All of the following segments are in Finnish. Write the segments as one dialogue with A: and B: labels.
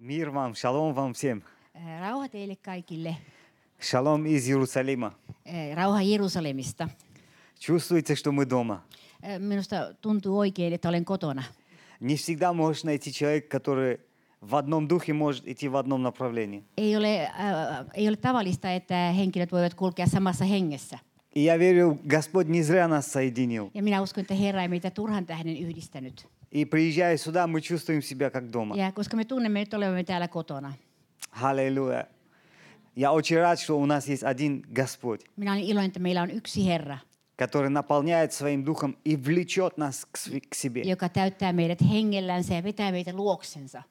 A: Мир вам, шалом вам всем.
B: Äh, Rauha teille kaikille.
A: Шалом из Иерусалима.
B: Äh, Rauha Jerusalemista.
A: Чувствуете, что мы дома.
B: Äh, Minusta tuntuu oikein, että olen kotona.
A: Не всегда можешь найти человека, который в одном духе может идти в одном направлении.
B: Ei ole, äh, ei ole tavallista, että henkilöt voivat kulkea samassa hengessä.
A: И я верю, Господь не зря нас соединил.
B: Ja minä uskon, että Herra ei meitä turhan tähden yhdistänyt.
A: И приезжая сюда, мы чувствуем себя как дома.
B: Ja koska me tunnemme nyt olevamme täällä kotona.
A: Аллилуйя. Я очень рад, что у нас есть один Господь,
B: Minä olen iloinen, että meillä on yksi Herra,
A: который наполняет своим духом и влечет нас к сви- к себе.
B: joka täyttää meidät hengellänsä ja vetää meitä luoksensa.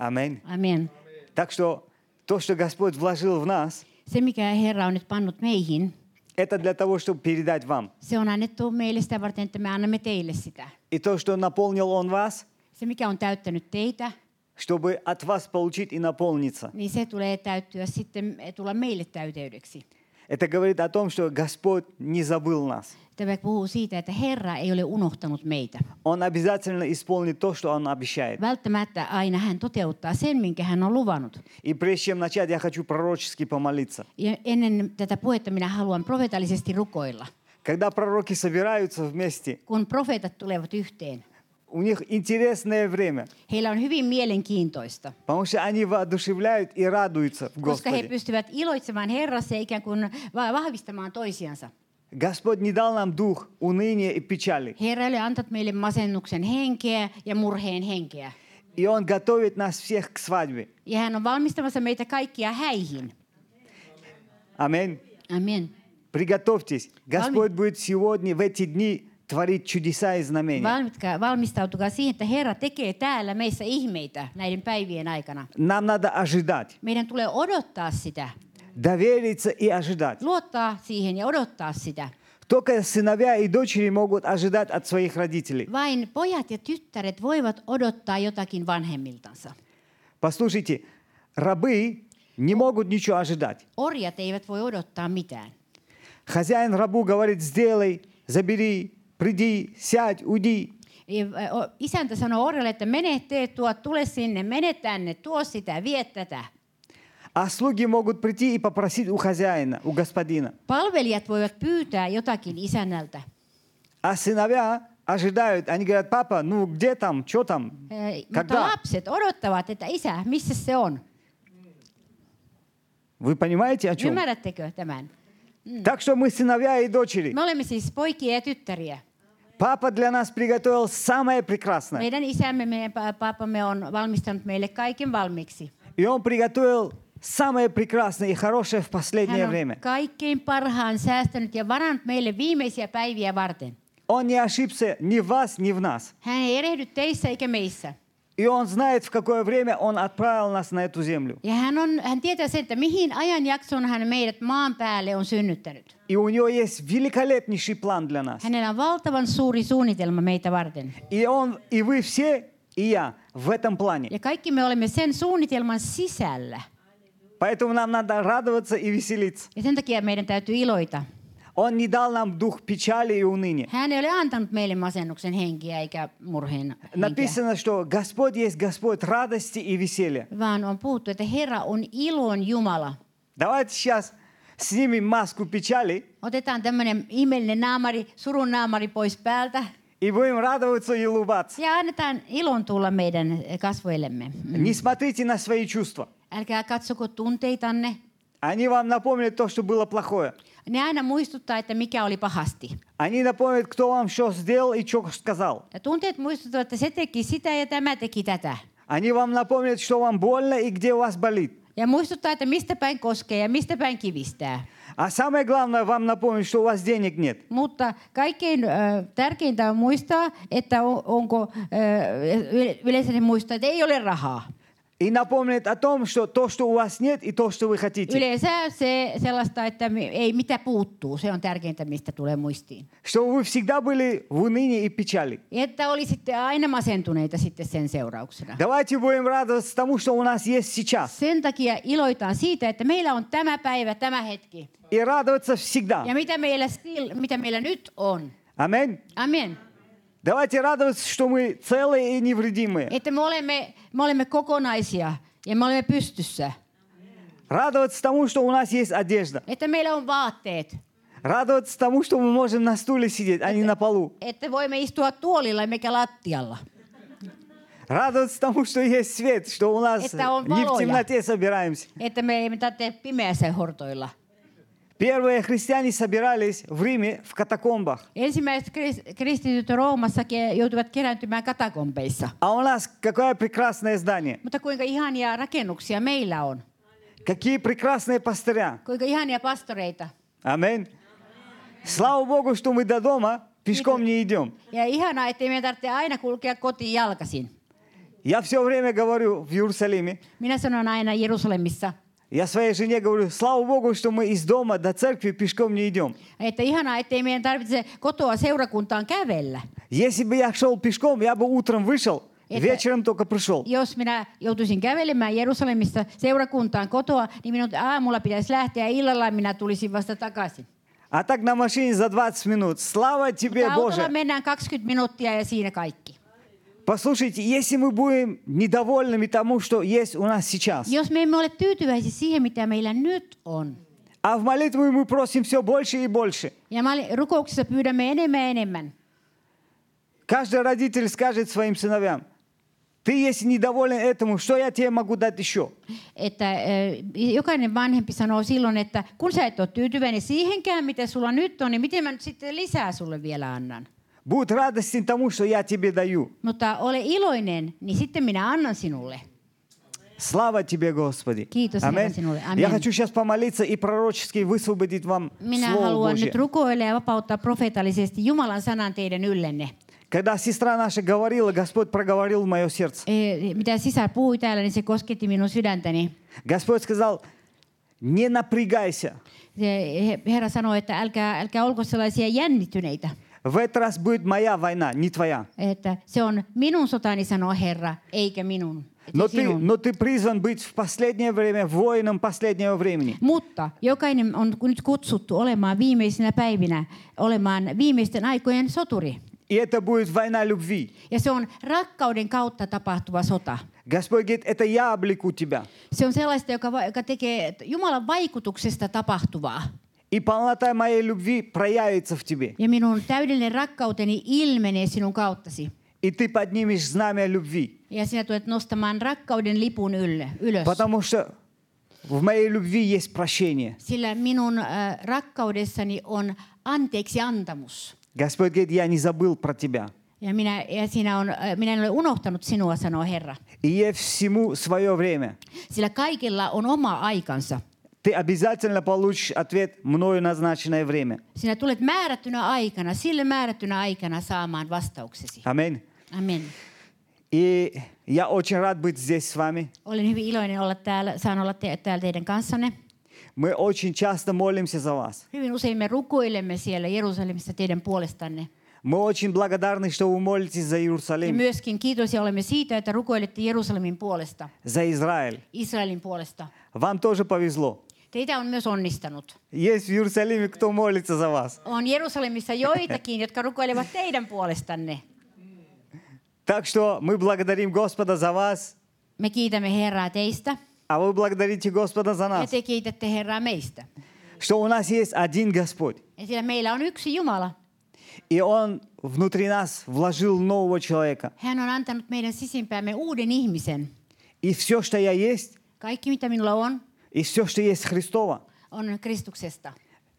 A: Аминь.
B: Amen.
A: Так что то, что Господь вложил в нас,
B: Se, mikä Herra on nyt pannut meihin,
A: это для того, чтобы передать вам.
B: se on annettu meille sitä varten, että me annamme teille sitä.
A: И то, что наполнил Он вас,
B: Se, mikä on täyttänyt teitä,
A: чтобы от вас получить и наполниться.
B: niin se tulee täyttyä sitten, tulla meille täyteydeksi.
A: Это говорит о том, что Господь не забыл нас.
B: Tämä puhuu siitä, että Herra ei ole unohtanut meitä.
A: Он обязательно исполнит то, что Он обещает.
B: Välttämättä aina hän toteuttaa sen, minkä hän on luvannut.
A: И прежде чем начать, я хочу пророчески помолиться.
B: Ja ennen tätä puhetta minä haluan profeetallisesti rukoilla.
A: Когда пророки собираются вместе,
B: Kun profeetat tulevat yhteen,
A: у них интересное время,
B: heillä on hyvin mielenkiintoista,
A: потому что они воодушевляют и радуются в
B: koska he
A: Господе.
B: pystyvät iloitsemaan Herrassa ja ikään kuin va- vahvistamaan toisiansa.
A: Господь не дал нам дух уныния и печали.
B: Herra ei ole antanut meille masennuksen henkeä ja murheen henkeä.
A: И Он готовит нас всех к свадьбе.
B: Ja hän on valmistamassa meitä kaikkia häihin.
A: Аминь.
B: Amen.
A: Приготовьтесь. Господь будет сегодня, в эти дни, творить чудеса и знамения.
B: Valmitkaa, valmistautukaa siihen, että Herra tekee täällä meissä ihmeitä näiden päivien aikana.
A: Нам надо ожидать.
B: Meidän tulee odottaa sitä,
A: довериться и ожидать.
B: luottaa siihen ja odottaa sitä.
A: Только сыновья и дочери могут ожидать от своих родителей.
B: Vain pojat ja tyttäret voivat odottaa jotakin vanhemmiltansa.
A: Послушайте, рабы не могут ничего ожидать.
B: Orjat eivät voi odottaa mitään.
A: Хозяин рабу говорит, сделай, забери, приди, сядь, уйди.
B: Ja, E, ö, o- Isäntä sanoo orjalle, että mene, tee tuo, tule sinne, mene tänne, tuo sitä, vie tätä.
A: А слуги могут прийти и попросить у хозяина, у господина.
B: Palvelijat voivat pyytää jotakin isännältä.
A: А сыновья ожидают. Они говорят, папа, ну где там, что там?
B: Ö, E, Mutta
A: Когда?
B: lapset odottavat, että isä, missä se on?
A: Вы понимаете, о чем?
B: Ymmärrättekö tämän?
A: Так что мы сыновья и дочери.
B: Me olemme siis poikia ja tyttäriä.
A: Папа для нас приготовил самое прекрасное.
B: Meidän isämme, meidän pa- paapamme on valmistanut meille kaiken valmiiksi.
A: И он приготовил самое прекрасное и хорошее в последнее
B: Hän on
A: время.
B: kaikkein parhaan säästänyt ja varannut meille viimeisiä päiviä varten.
A: Он не ошибся ни в вас, ни в нас.
B: Hän ei erehdy teissä eikä meissä.
A: И он знает, в какое время он отправил нас на эту землю.
B: Ja hän, on, hän tietää sen, että mihin ajanjaksoon hän meidät maan päälle on synnyttänyt.
A: И у него есть великолепнейший план для нас.
B: Hänellä on valtavan suuri suunnitelma meitä varten.
A: И он, и вы все, и я в этом плане.
B: Ja kaikki me olemme sen suunnitelman sisällä.
A: Поэтому нам надо радоваться и веселиться.
B: Ja sen takia meidän täytyy iloita.
A: Он не дал нам дух печали и уныния.
B: Hän ei ole antanut meille masennuksen henkiä eikä murheen henkeä,
A: Написано, что Господь есть Господь радости и веселья.
B: vaan on puhuttu, että Herra on ilon Jumala.
A: Давайте сейчас снимем маску печали
B: Otetaan tämmöinen ihmeellinen naamari, surun naamari pois päältä
A: и будем радоваться и улыбаться.
B: ja annetaan ilon tulla meidän kasvoillemme.
A: Не смотрите на свои чувства.
B: Älkää katsoko tunteitanne.
A: Они вам напомнят то, что было плохое.
B: Ne aina muistuttaa, että mikä oli pahasti.
A: Они напомнят, кто вам что сделал и что сказал.
B: Ja tunteet muistuttavat, että se teki sitä ja tämä teki tätä.
A: Они вам напомнят, что вам больно и где у вас болит.
B: Ja muistuttaa, että mistä päin koskee ja mistä päin kivistää.
A: А самое главное, вам напомнят, что у вас денег нет.
B: Mutta kaikkein ö, tärkeintä on muistaa, että on, onko ö, yle- yleensä ne muistaa, että ei ole rahaa.
A: И напомнят о том, что то, что у вас нет, и то, что вы хотите.
B: Yleensä se sellaista, että mi- ei mitä puuttuu, se on tärkeintä, mistä tulee muistiin.
A: Что вы всегда были в унынии и печали.
B: Että oli sitten aina masentuneita sitten sen seurauksena.
A: Давайте будем радоваться тому, что у нас есть сейчас.
B: Sen takia iloitaan siitä, että meillä on tämä päivä, tämä hetki.
A: И радоваться всегда.
B: Ja mitä meillä, sil- mitä meillä nyt on.
A: Аминь.
B: Amen.
A: Давайте радоваться, что мы целые и невредимые.
B: Э. Että me olemme, me olemme kokonaisia ja me olemme pystyssä.
A: Радоваться тому, что у нас есть одежда.
B: Että meillä on vaatteet.
A: Радоваться тому, что мы можем на стуле сидеть, а не на полу.
B: Että voimme istua tuolilla emmekä lattialla.
A: Радоваться тому, что есть свет, что у нас
B: Это он
A: не в
B: Володя.
A: темноте собираемся.
B: Että me emme tarvitse pimeässä hortoilla.
A: Первые христиане собирались в Риме в катакомбах.
B: Ensimmäiset kris- kristityt Roomassakin joutuivat kerääntymään katakompeissa.
A: А у нас какое прекрасное здание.
B: Mutta kuinka ihania rakennuksia meillä on.
A: Какие прекрасные пастыря.
B: Kuinka ihania pastoreita.
A: Аминь. Слава Богу, что мы до дома пешком не идем.
B: Ja ihanaa, ettei meidän tarvitse aina kulkea kotiin jalkasin.
A: Я все время говорю в Иерусалиме,
B: Minä sanon aina Jerusalemissa,
A: я своей жене говорю, слава Богу, что мы из дома до церкви пешком не идем.
B: että ihanaa, ettei meidän tarvitse kotoa seurakuntaan kävellä.
A: Если бы я шел пешком, я бы утром вышел,
B: Это-
A: вечером только пришел.
B: Jos minä joutuisin kävelemään Jerusalemissa seurakuntaan kotoa, niin minun aamulla pitäisi lähteä ja illalla minä tulisin vasta takaisin.
A: А так на машине за 20 минут. Слава тебе,
B: Mutta autolla
A: Боже!
B: mennään 20 minuuttia ja siinä kaikki.
A: Послушайте, если мы будем недовольными тому, что есть у нас сейчас,
B: Jos me emme ole tyytyväisiä siihen, mitä meillä nyt on,
A: а в молитву мы просим все больше и больше.
B: ja mali- rukouksessa pyydämme enemmän ja enemmän,
A: Каждый родитель скажет своим сыновьям, ты если недоволен этому, что я тебе могу дать еще?
B: että eh, jokainen vanhempi sanoo silloin, että kun sä et ole tyytyväinen siihenkään, mitä sulla nyt on, niin miten mä nyt sitten lisää sulle vielä annan?
A: Будь радостен тому, что я тебе даю.
B: Mutta ole iloinen, niin sitten minä annan sinulle.
A: Слава тебе, Господи.
B: Kiitos, Herra,
A: Аминь.
B: sinulle. Amen.
A: Я хочу сейчас помолиться и пророчески высвободить вам
B: Minä
A: Слово
B: haluan
A: Божье.
B: nyt rukoilla ja vapauttaa profeetallisesti Jumalan sanan teidän yllenne.
A: Когда сестра наша говорила, Господь проговорил в мое сердце.
B: Eh, Mitä sisar puhui täällä, niin se kosketti minun sydäntäni.
A: Господь сказал, не напрягайся.
B: Se- he- Herra sanoi, että älkää, älkää olko sellaisia jännittyneitä.
A: В этот раз будет моя война, не твоя.
B: Että se on minun sotani, sanoo Herra, eikä minun. Ei
A: Но ты,
B: sinun.
A: но ты призван быть в последнее время воином последнего времени.
B: Mutta jokainen on nyt kutsuttu olemaan viimeisinä päivinä, olemaan viimeisten aikojen soturi.
A: И это будет война любви.
B: Ja se on rakkauden kautta tapahtuva sota.
A: Господь говорит, это я облеку тебя.
B: Se on sellaista, joka, va- joka tekee Jumalan vaikutuksesta tapahtuvaa.
A: И полнота моей любви проявится в тебе.
B: Ja minun täydellinen rakkauteni ilmenee sinun kauttasi.
A: И ты поднимешь знамя любви.
B: Ja sinä tulet nostamaan rakkauden lipun ylle, ylös.
A: Потому что в моей любви есть прощение.
B: Sillä minun äh, rakkaudessani on anteeksi antamus.
A: Господь говорит, я не забыл про тебя.
B: Ja minä, ja sinä on, äh, minä en ole unohtanut sinua, sanoo Herra.
A: И есть всему свое время.
B: Sillä kaikilla on oma aikansa.
A: Ты обязательно получишь ответ мною назначенное время.
B: Sinä tulet määrättynä aikana, sille määrättynä aikana saamaan vastauksesi.
A: Аминь.
B: Amen.
A: И я очень рад быть здесь с вами.
B: Olen hyvin iloinen olla täällä, saan olla te- täällä teidän kanssanne.
A: Мы очень часто молимся за вас.
B: Hyvin usein me rukoilemme siellä Jerusalemissa teidän puolestanne.
A: Мы очень благодарны, что вы молитесь за
B: Ja
A: Иерусалим,
B: myöskin kiitollisia olemme siitä, että rukoilette Jerusalemin puolesta,
A: за Израиль.
B: Israelin puolesta.
A: Вам тоже повезло.
B: Teitä on myös onnistanut.
A: Есть в Иерусалиме кто молится за вас.
B: On Jerusalemissa joitakin, jotka rukoilevat teidän puolestanne.
A: Так что мы благодарим Господа за вас,
B: Me kiitämme Herraa teistä
A: а вы благодарите Господа за
B: ja
A: нас.
B: te kiitätte Herraa meistä.
A: Что у нас есть один Господь.
B: Ja sillä meillä on yksi Jumala.
A: И Он внутри нас вложил нового человека.
B: Hän on antanut meidän sisimpäämme uuden ihmisen.
A: И все, что я есть,
B: Kaikki, mitä minulla on,
A: и все, что есть Христова,
B: on Kristuksesta.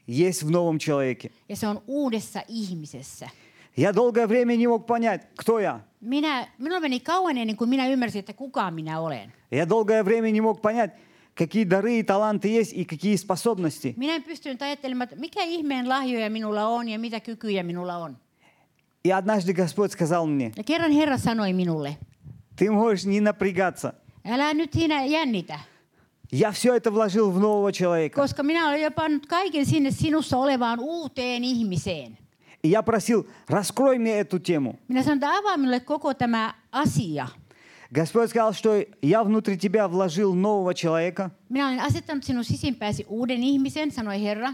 A: есть в новом человеке.
B: Ja se on uudessa ihmisessä.
A: Я долгое время не мог понять, кто я.
B: Minä, minulla meni kauan ennen kuin minä ymmärsin, että kuka minä olen.
A: Я долгое время не мог понять, какие дары и таланты есть и какие способности.
B: Minä en pystynyt ajattelemaan, että mikä ihmeen lahjoja minulla on ja mitä kykyjä minulla on.
A: И однажды Господь сказал мне,
B: Ja kerran Herra sanoi minulle,
A: ты можешь не напрягаться.
B: älä nyt sinä jännitä,
A: Я все это вложил в нового человека.
B: koska minä olen jo pannut kaiken sinne sinussa olevaan uuteen ihmiseen.
A: И я просил, раскрой мне эту тему.
B: Minä sanon, että avaa minulle koko tämä asia.
A: Господь сказал, что я внутри тебя вложил нового человека,
B: Minä olen asettanut sinun sisimpääsi uuden ihmisen, sanoi Herra.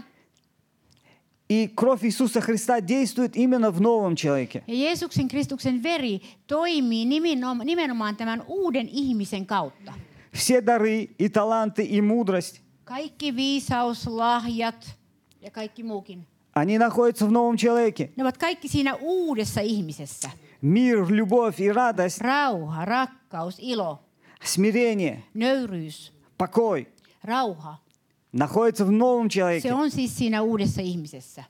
A: и кровь Иисуса Христа действует именно в новом человеке.
B: Ja Jeesuksen Kristuksen veri toimii nimenom- nimenomaan tämän uuden ihmisen kautta.
A: все дары и таланты и мудрость,
B: Kaikki viisaus, lahjat ja kaikki muukin.
A: они находятся в новом человеке.
B: Ne ovat kaikki siinä uudessa ihmisessä.
A: Мир, любовь и радость,
B: Rauha, rakkaus, ilo,
A: смирение,
B: nöyryys,
A: покой
B: rauha.
A: находятся в новом
B: Se
A: человеке.
B: on siis siinä uudessa ihmisessä.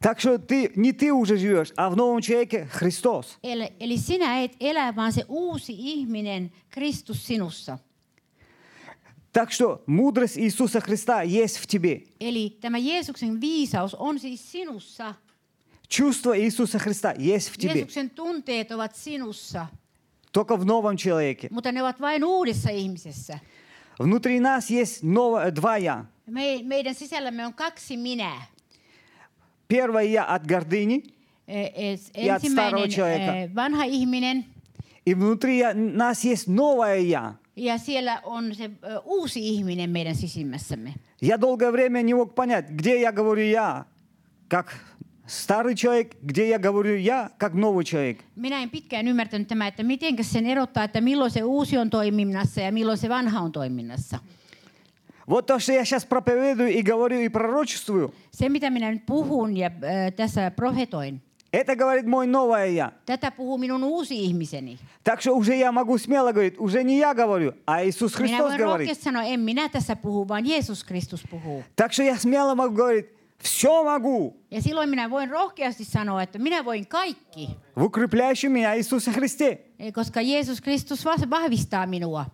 A: Так что ты, не ты уже живешь, а в новом человеке Христос.
B: Eli, eli sinä et elä, vaan se uusi ihminen, Kristus sinussa.
A: Так что мудрость Иисуса Христа есть в тебе.
B: Eli tämä Jeesuksen viisaus on siis sinussa.
A: Чувство Иисуса Христа есть в тебе.
B: Jeesuksen tunteet ovat sinussa,
A: Только в новом человеке.
B: mutta ne ovat vain uudessa ihmisessä.
A: Внутри нас есть новое, два «я».
B: Me, meidän sisällämme on kaksi minää.
A: Первое «я» от гордыни,
B: Eh, eh,
A: Ja starого
B: Ensimmäinen
A: человека.
B: eh, vanha ihminen
A: и внутри я- нас есть новое «я».
B: ja siellä on se eh, uusi ihminen meidän sisimmässämme.
A: Я долгое время не мог понять, где я говорю «я», как старый человек, где я говорю «я», как новый человек.
B: Minä en pitkään ymmärtänyt tämä, että miten sen erottaa, että milloin se uusi on toiminnassa ja milloin se vanha on toiminnassa.
A: Вот то, что я сейчас проповедую и говорю и пророчествую,
B: Se, mitä minä nyt puhun ja ö, tässä profetoin,
A: это говорит мой новое «я».
B: tätä puhuu minun uusi ihmiseni.
A: Так что уже я могу смело говорить, уже не я говорю, а Иисус
B: minä
A: Христос
B: voin
A: говорит.
B: rohkeasti sanoa, en minä tässä puhu, vaan Jeesus Kristus puhuu.
A: Так что я смело могу говорить, все могу
B: Ja silloin minä voin rohkeasti sanoa, että minä voin kaikki,
A: в укрепляющем меня Иисусе Христе.
B: eh, koska Jeesus Kristus vas- vahvistaa minua.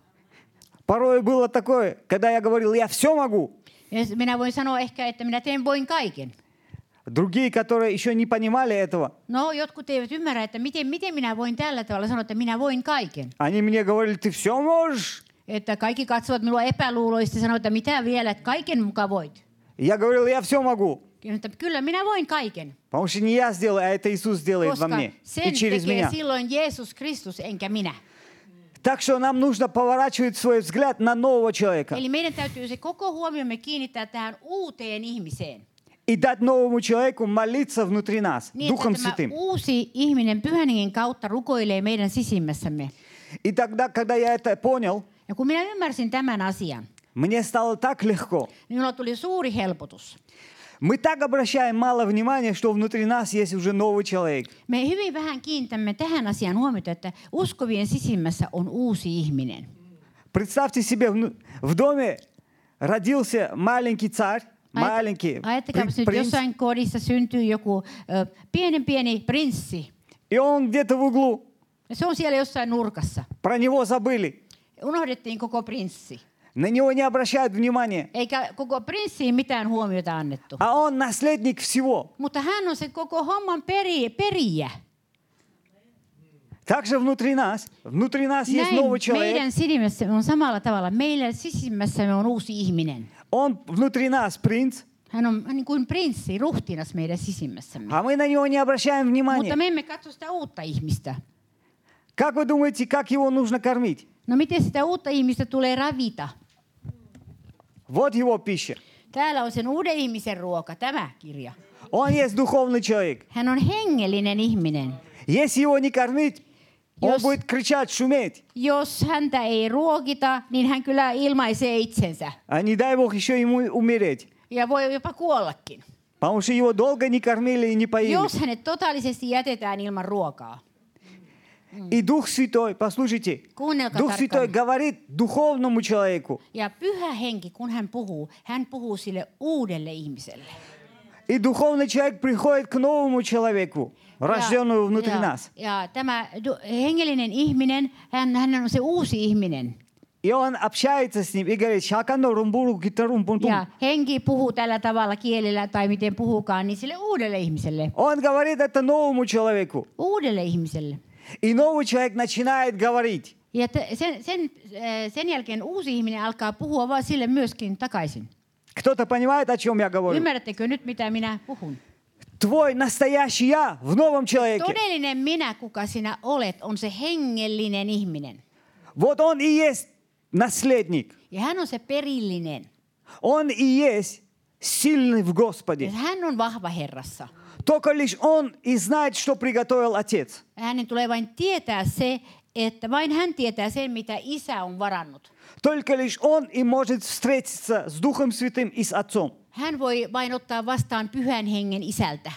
A: Порой было такое, когда я говорил, я все могу.
B: Ja s- minä voin sanoa ehkä, että minä teen voin kaiken.
A: Другие, которые еще не понимали этого,
B: No, jotkut eivät ymmärrä, että miten, miten minä voin tällä tavalla sanoa, että minä voin kaiken.
A: они мне говорили, ты все можешь.
B: Että kaikki katsovat minua epäluuloista ja sanoo, että mitä vielä, että kaiken muka voit.
A: Я говорил, я все могу.
B: Ja Että kyllä, minä voin kaiken.
A: Потому что не я сделаю, а это Иисус сделает во
B: koska
A: мне
B: sen
A: и через
B: tekee
A: меня.
B: silloin Jeesus Kristus, enkä minä.
A: Так что нам нужно поворачивать свой взгляд на нового человека
B: Eli meidän täytyy se koko huomiomme kiinnittää tähän uuteen ihmiseen.
A: и дать новому человеку молиться внутри нас,
B: Niin,
A: Духом
B: että tämä
A: Святым.
B: uusi ihminen pyhän hengen kautta rukoilee meidän sisimmässämme.
A: И тогда, когда я это понял,
B: Ja kun minä ymmärsin tämän asian,
A: мне стало так легко.
B: niin minulla tuli suuri helpotus.
A: Мы так обращаем мало внимания, что внутри нас есть уже новый человек.
B: Me hyvin vähän kiinnitämme tähän asiaan huomiota, että uskovien sisimmässä on uusi ihminen.
A: Представьте себе, вну- в доме родился маленький царь, маленький
B: Ajattakaa
A: при-
B: nyt,
A: принц,
B: jossain kodissa syntyy joku ö, pienen pieni prinssi.
A: и он где-то в углу,
B: Ja se on siellä jossain nurkassa.
A: про него забыли,
B: Unohdettiin koko prinssi.
A: на него не обращают внимания,
B: Eikä koko prinssiin mitään huomiota annettu.
A: а он наследник всего.
B: Mutta hän on se koko homman peri, perijä.
A: Также внутри нас, внутри нас есть
B: Näin
A: новый человек,
B: meidän sidimessä on samalla tavalla. Meillä sisimmässämme on uusi ihminen.
A: он внутри нас принц,
B: Hän on niin kuin prinssi, ruhtinas meidän sisimmässämme.
A: а мы на него не обращаем
B: Mutta
A: внимания.
B: me emme katso sitä uutta ihmistä.
A: Как вы думаете, как его нужно кормить?
B: No miten sitä uutta ihmistä tulee ravita?
A: Вот его пища.
B: Täällä on sen uuden ihmisen ruoka, tämä kirja.
A: Он есть духовный человек.
B: Hän on hengellinen ihminen.
A: Если его не кормить, он
B: Jos-
A: будет кричать, шуметь.
B: Jos häntä ei ruokita, niin hän kyllä ilmaisee itsensä.
A: А не дай Бог еще ему умереть.
B: Ja voi jopa kuollakin.
A: Потому что его долго не кормили и не поили.
B: Jos hänet totaalisesti jätetään ilman ruokaa.
A: И Дух Святой, послушайте,
B: Kuunnelkaa
A: Дух Святой
B: tarkkaan.
A: говорит духовному человеку.
B: Ja pyhä henki, kun hän puhuu, hän puhuu sille uudelle ihmiselle.
A: И духовный человек приходит к новому человеку, рожденному внутри
B: ja,
A: нас.
B: Ja tämä du- hengellinen ihminen, hän, hän on se uusi ihminen.
A: И он общается с ним и говорит, «Шакано румбуру китарум пунтум».
B: Ja henki puhuu tällä tavalla kielellä tai miten puhukaan, niin sille uudelle ihmiselle.
A: Он говорит это новому человеку.
B: Uudelle ihmiselle.
A: И новый человек начинает говорить.
B: Ja t- sen, sen, äh, sen jälkeen uusi ihminen alkaa puhua vaan sille myöskin takaisin.
A: Кто-то понимает, о чем я говорю?
B: Ymmärrättekö nyt, mitä minä puhun?
A: Твой настоящий я в новом человеке.
B: Todellinen minä, kuka sinä olet, on se hengellinen ihminen.
A: Вот он и есть наследник.
B: Ja hän on se perillinen.
A: Он и есть сильный в Господе.
B: Ja hän on vahva Herrassa.
A: Только лишь он и знает, что приготовил Отец.
B: Hänen tulee vain tietää se, että vain hän tietää sen, mitä isä on varannut.
A: Только лишь Он и может встретиться с Духом Святым и с Отцом.
B: Hän voi vain ottaa vastaan pyhän hengen isältä.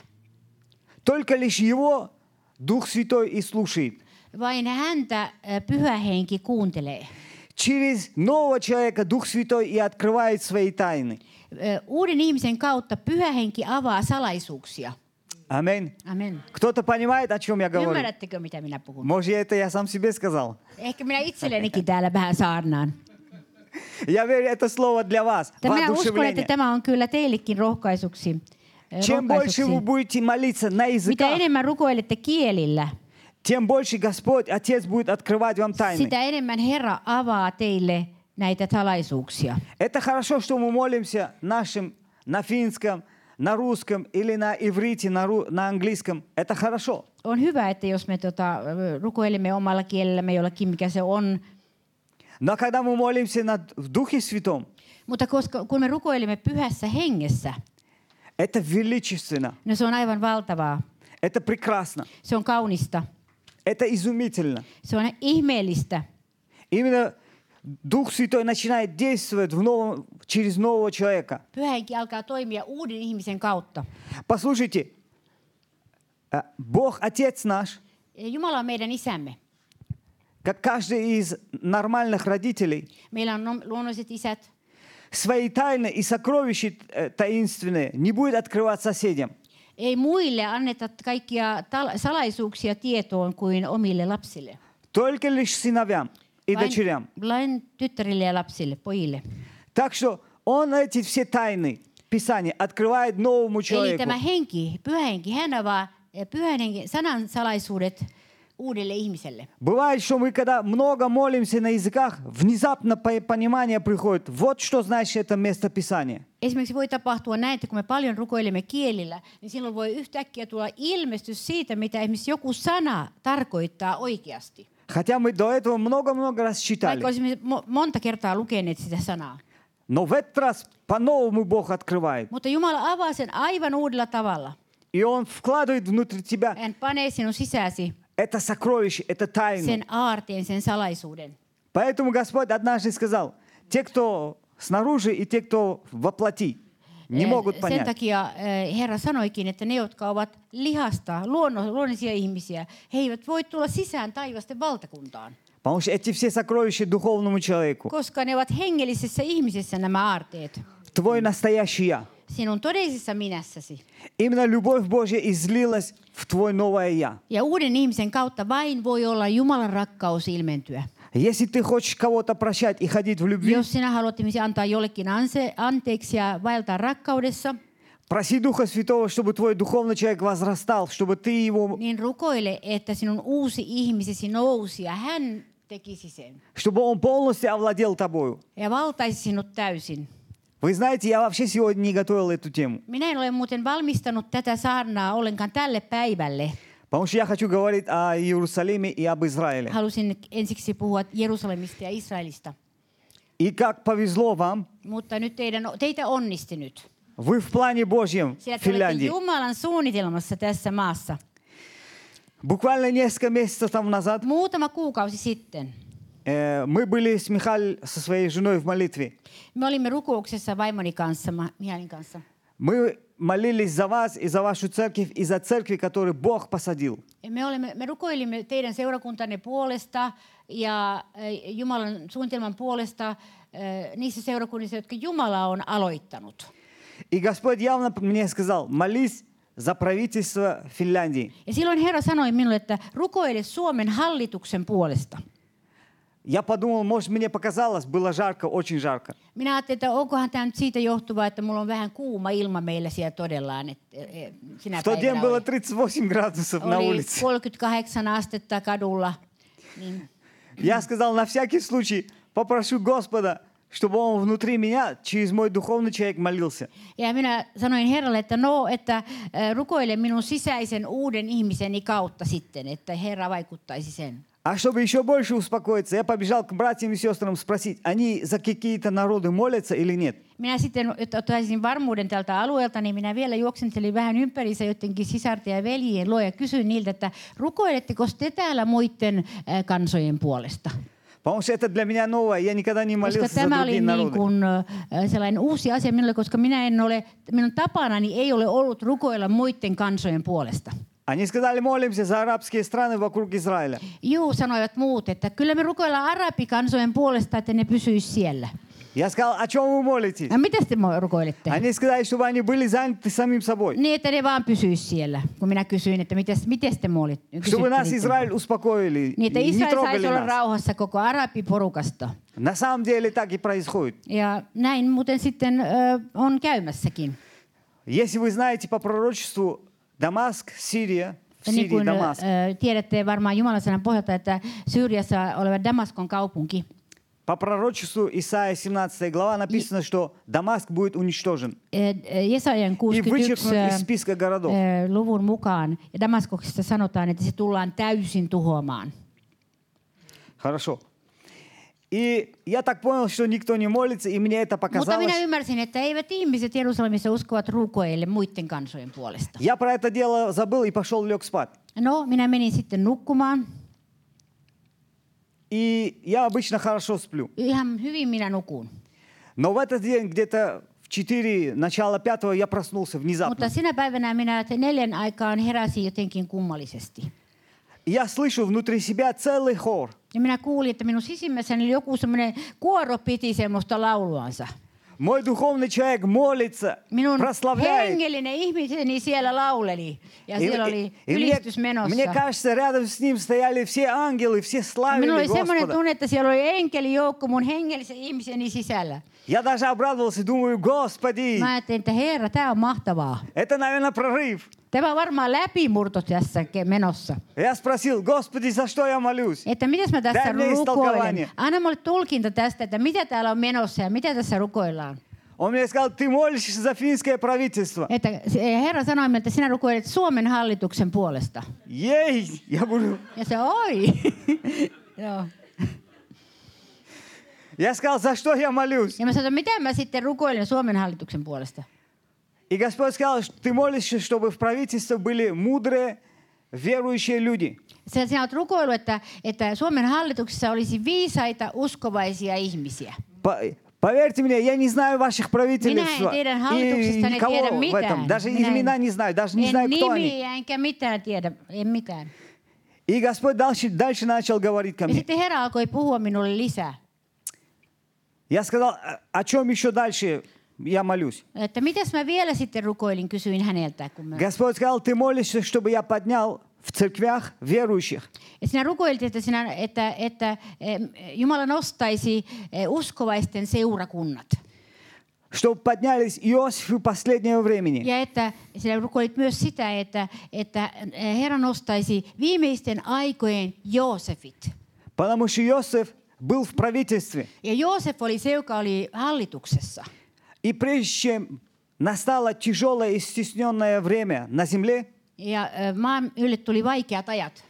A: Только лишь Его Дух Святой и слушает.
B: Vain häntä ö, pyhä henki kuuntelee.
A: Через нового человека Дух Святой и открывает свои тайны.
B: Ö, Uuden ihmisen kautta pyhä henki avaa salaisuuksia.
A: Аминь.
B: Amen.
A: Кто-то понимает, о чем я говорю?
B: Ymmärrättekö, mitä minä puhun?
A: Может, это я сам себе сказал.
B: Ehkä minä itsellenikin täällä vähän saarnaan.
A: Я верю, это слово для вас.
B: Mutta Minä uskon, että
A: Воодушевление.
B: tämä on kyllä teillekin rohkaisuksi. ö,
A: Чем больше вы
B: rohkaisuksi.
A: будете молиться на
B: Mitä
A: языках,
B: enemmän rukoilette kielillä,
A: тем больше Господь, Отец будет открывать вам тайны.
B: sitä enemmän Herra avaa teille näitä salaisuuksia.
A: Это хорошо, что мы молимся нашим на финском, на русском или на иврите, на, ру- на английском. Это хорошо.
B: On hyvä, että jos me tota, ö, rukoilemme omalla kielellämme jollakin, mikä se on.
A: Но когда мы молимся над- в Духе Святом,
B: Mutta koska, kun me rukoilemme pyhässä hengessä,
A: это величественно,
B: no se on aivan valtavaa.
A: это прекрасно,
B: Se on kaunista.
A: это изумительно.
B: Se on ihmeellistä.
A: Именно Дух Святой начинает действовать в новом, через нового человека.
B: Pyhä henki alkaa toimia uuden ihmisen kautta.
A: Послушайте, э, Бог Отец наш,
B: Jumala on meidän isämme.
A: как каждый из нормальных родителей,
B: Meillä on nom- luonnolliset isät.
A: свои тайны и сокровища э, таинственные не будет открывать соседям.
B: Ei muille anneta kaikkia tal- salaisuuksia tietoon kuin omille lapsille.
A: только лишь сыновьям и дочерям.
B: lain tyttärille ja lapsille, pojille.
A: Так что он эти все тайны Писания открывает новому
B: Eli
A: человеку.
B: tämä henki, pyhä henki, hän avaa eh, pyhän henki, sanan salaisuudet uudelle ihmiselle.
A: Бывает, что мы когда много молимся на языках, внезапно по- понимание приходит. Вот что значит это место Писания.
B: Esimerkiksi voi tapahtua näin, että kun me paljon rukoilemme kielillä, niin silloin voi yhtäkkiä tulla ilmestys siitä, mitä esimerkiksi joku sana tarkoittaa oikeasti.
A: Хотя мы до этого много-много раз
B: Vaikka
A: читали.
B: olisimme mo- monta kertaa lukeneet sitä sanaa.
A: Но в этот раз по-новому Бог открывает.
B: Mutta Jumala avaa sen aivan uudella tavalla.
A: И Он вкладывает внутрь тебя
B: Hän panee sinun sisäsi
A: это сокровище, это тайну.
B: sen aarteen, sen salaisuuden.
A: Поэтому Господь однажды сказал, те, кто снаружи и те, кто воплоти, не
B: Eh,
A: могут
B: Sen
A: понять.
B: takia eh, Herra sanoikin, että ne, jotka ovat lihasta, luonno- luonnollisia ihmisiä, he eivät voi tulla sisään taivasten valtakuntaan,
A: Потому что эти все сокровища духовному человеку.
B: koska ne ovat hengellisessä ihmisessä nämä aarteet,
A: Твой настоящий я.
B: sinun todellisessa minässäsi.
A: Именно любовь Божья излилась в твой новое я.
B: Ja uuden ihmisen kautta vain voi olla Jumalan rakkaus ilmentyä.
A: Если ты хочешь кого-то прощать и ходить в любви,
B: Jos sinä haluat ihmisiä antaa jollekin anse, anteeksi ja vaeltaa rakkaudessa,
A: проси Духа Святого, чтобы твой духовный человек возрастал, чтобы ты его,
B: niin rukoile, että sinun uusi ihmisesi nousi ja hän tekisi sen
A: чтобы он полностью овладел тобою.
B: ja valtaisi sinut täysin.
A: Вы знаете, я вообще сегодня не готовил эту тему,
B: Minä en ole muuten valmistanut tätä saarnaa ollenkaan tälle päivälle.
A: потому что я хочу говорить о Иерусалиме и об Израиле.
B: Halusin ensiksi puhua Jerusalemista ja Israelista.
A: И как повезло вам,
B: Mutta nyt teidän, teitä onnisti nyt.
A: вы в плане Божьем в
B: Sillä te olette
A: Финляндии.
B: Jumalan suunnitelmassa tässä maassa.
A: Буквально несколько месяцев тому назад
B: Muutama kuukausi sitten
A: Э, Мы были с Михаль со своей женой в молитве.
B: me olimme rukouksessa vaimoni kanssa, Ma- Mihailin kanssa.
A: Мы молились за вас и за вашу церковь, и за церкви, которую Бог посадил.
B: Ja Me, olemme, me rukoilimme teidän seurakuntanne puolesta ja eh, Jumalan suunnitelman puolesta eh, niissä seurakunnissa, jotka Jumala on aloittanut.
A: И Господь явно мне сказал, молись за правительство Финляндии.
B: Ja silloin Herra sanoi minulle, että rukoile Suomen hallituksen puolesta.
A: Я подумал, может, мне показалось, было жарко, очень жарко.
B: Minä ajattelin, että onkohan tämä nyt siitä johtuvaa, että mulla on vähän kuuma ilma meillä siellä todellaan. Että, eh, sinä
A: В тот день
B: päivänä
A: было
B: oli,
A: 38 градусов на
B: oli
A: улице.
B: 38 astetta kadulla. Niin
A: Я сказал, на всякий случай попрошу Господа, чтобы Он внутри меня, через мой духовный человек молился.
B: ja minä sanoin Herralle, että no, että eh, rukoile minun sisäisen uuden ihmiseni kautta sitten, että Herra vaikuttaisi sen.
A: А чтобы еще больше успокоиться, я побежал к братьям и сестрам спросить, они за какие-то народы молятся или нет.
B: Minä sitten että ottaisin varmuuden tältä alueelta, niin minä vielä juoksentelin vähän ympärissä jotenkin sisarten ja veljien luo ja kysyin niiltä, että rukoiletteko te täällä muiden äh, kansojen puolesta?
A: Потому что это для меня новое, я никогда не
B: Koska
A: молился за
B: tämä oli
A: другие
B: niin
A: народы.
B: kuin, äh, sellainen uusi asia minulle, koska minä en ole, minun tapanani ei ole ollut rukoilla muiden kansojen puolesta.
A: Они сказали, молимся за арабские страны вокруг Израиля.
B: Juu, sanoivat muut, että kyllä me rukoillaan arabikansojen puolesta, että ne pysyisi siellä.
A: Я сказал, о чем вы молитесь?
B: No, mitä te mo- rukoilette?
A: Они сказали, чтобы они были заняты самим собой.
B: Niin, että ne vaan pysyisi siellä. Kun minä kysyin, että mites, mites te moolit?
A: Чтобы нас Израиль успокоили,
B: Niin, että
A: и не
B: Israel saisi
A: трогали
B: olla
A: нас.
B: rauhassa koko arabiporukasta.
A: На самом деле так и происходит.
B: Ja näin muuten sitten ö, on käymässäkin.
A: Если вы знаете по пророчеству Дамаск, Сирия, в
B: Ja
A: Сирии
B: niin kuin ö,
A: Дамаск,
B: ö, tiedätte varmaan Jumalan sanan pohjalta, että Syyriassa oleva Damaskon kaupunki,
A: по пророчеству Исаия 17 глава написано, что Дамаск будет уничтожен
B: ö, ö, e, Jesajan
A: и
B: 61
A: вычеркнут из
B: ö,
A: списка городов.
B: ö, luvun mukaan, ja Damaskoksesta sanotaan, että se tullaan täysin tuhoamaan.
A: Хорошо. И я так понял, что никто не молится, и мне это
B: Mutta
A: показалось.
B: minä ymmärsin, että eivät ihmiset Jerusalemissa uskovat rukoille muiden kansojen puolesta.
A: Я про это дело забыл и пошел лег спать.
B: No, minä menin sitten nukkumaan.
A: И я обычно хорошо сплю.
B: Ihan hyvin minä nukun.
A: Но в этот день где-то в 4, начало 5 я prosнулся внезапно.
B: Mutta sinä päivänä minä te- neljän aikaan heräsin jotenkin kummallisesti.
A: И я слышу внутри себя целый хор.
B: Ja minä kuulin, että minun sisimmässäni joku semmoinen kuoro piti semmoista lauluansa.
A: Мой духовный человек молится,
B: Minun
A: прославляет.
B: hengellinen ihmiseni siellä lauleli ja
A: И-
B: siellä
A: и-
B: oli
A: и мне,
B: ylistys menossa.
A: мне кажется, рядом с ним стояли все ангелы, все
B: Minulla
A: славили
B: oli semmoinen
A: Господа.
B: tunne, että siellä oli enkelijoukko mun hengellisen ihmiseni sisällä.
A: Я даже обрадовался, думаю, Господи,
B: Mä ajattelin, että herra, tämä on mahtavaa.
A: это, наверное, прорыв.
B: Tämä on varmaan läpimurto tässä ke- menossa.
A: Я спросил, Господи, за что я молюсь?
B: Että mitäs mä tässä
A: Tänne istolkavainen.
B: rukoilen? Anna mulle tulkinta tästä, että mitä täällä on menossa ja mitä tässä rukoillaan.
A: Он мне сказал, ты молишься за финское правительство.
B: Että se- Herra sanoi minulle, että sinä rukoilet Suomen hallituksen puolesta.
A: Ей! Я говорю,
B: Ja se oi. Joo.
A: я сказал, за что я молюсь?
B: Ja mä sanoin, että mitä mä sitten rukoilen Suomen hallituksen puolesta.
A: И Господь сказал, что ты молишься, чтобы в правительстве были мудрые, верующие люди.
B: Sä, sinä olet rukoillut, että, että Suomen hallituksessa olisi viisaita, uskovaisia ihmisiä.
A: По- Поверьте мне, я не знаю ваших
B: Minä
A: правительства.
B: en tiedä
A: И
B: hallituksesta, ne tiedä
A: никого в этом.
B: mitään.
A: Даже
B: Minä
A: имена не знаю, даже не
B: en
A: знаю, кто они.
B: nimiä, enkä mitään tiedä, en mitään.
A: И Господь дальше, дальше начал говорить ко
B: Ja
A: мне.
B: sitten Herra alkoi puhua minulle lisää.
A: Я сказал, «А- о чем еще дальше я молюсь?
B: Että mitäs mä vielä sitten rukoilin, kysyin häneltä. Kun mä...
A: Господь сказал, ты молишься, чтобы я поднял в церквях верующих.
B: Ja sinä rukoilit, että, sinä, että, että em, Jumala nostaisi eh, uskovaisten seurakunnat.
A: чтобы поднялись Иосифы последнего времени.
B: Ja että sinä rukoilit myös sitä, että, että eh, Herra nostaisi viimeisten aikojen Joosefit.
A: Потому что Иосиф был в правительстве.
B: Ja Joosef oli se, joka oli hallituksessa.
A: И прежде чем настало тяжелое и стесненное время на земле,
B: Ja eh, maan ylle tuli vaikeat ajat.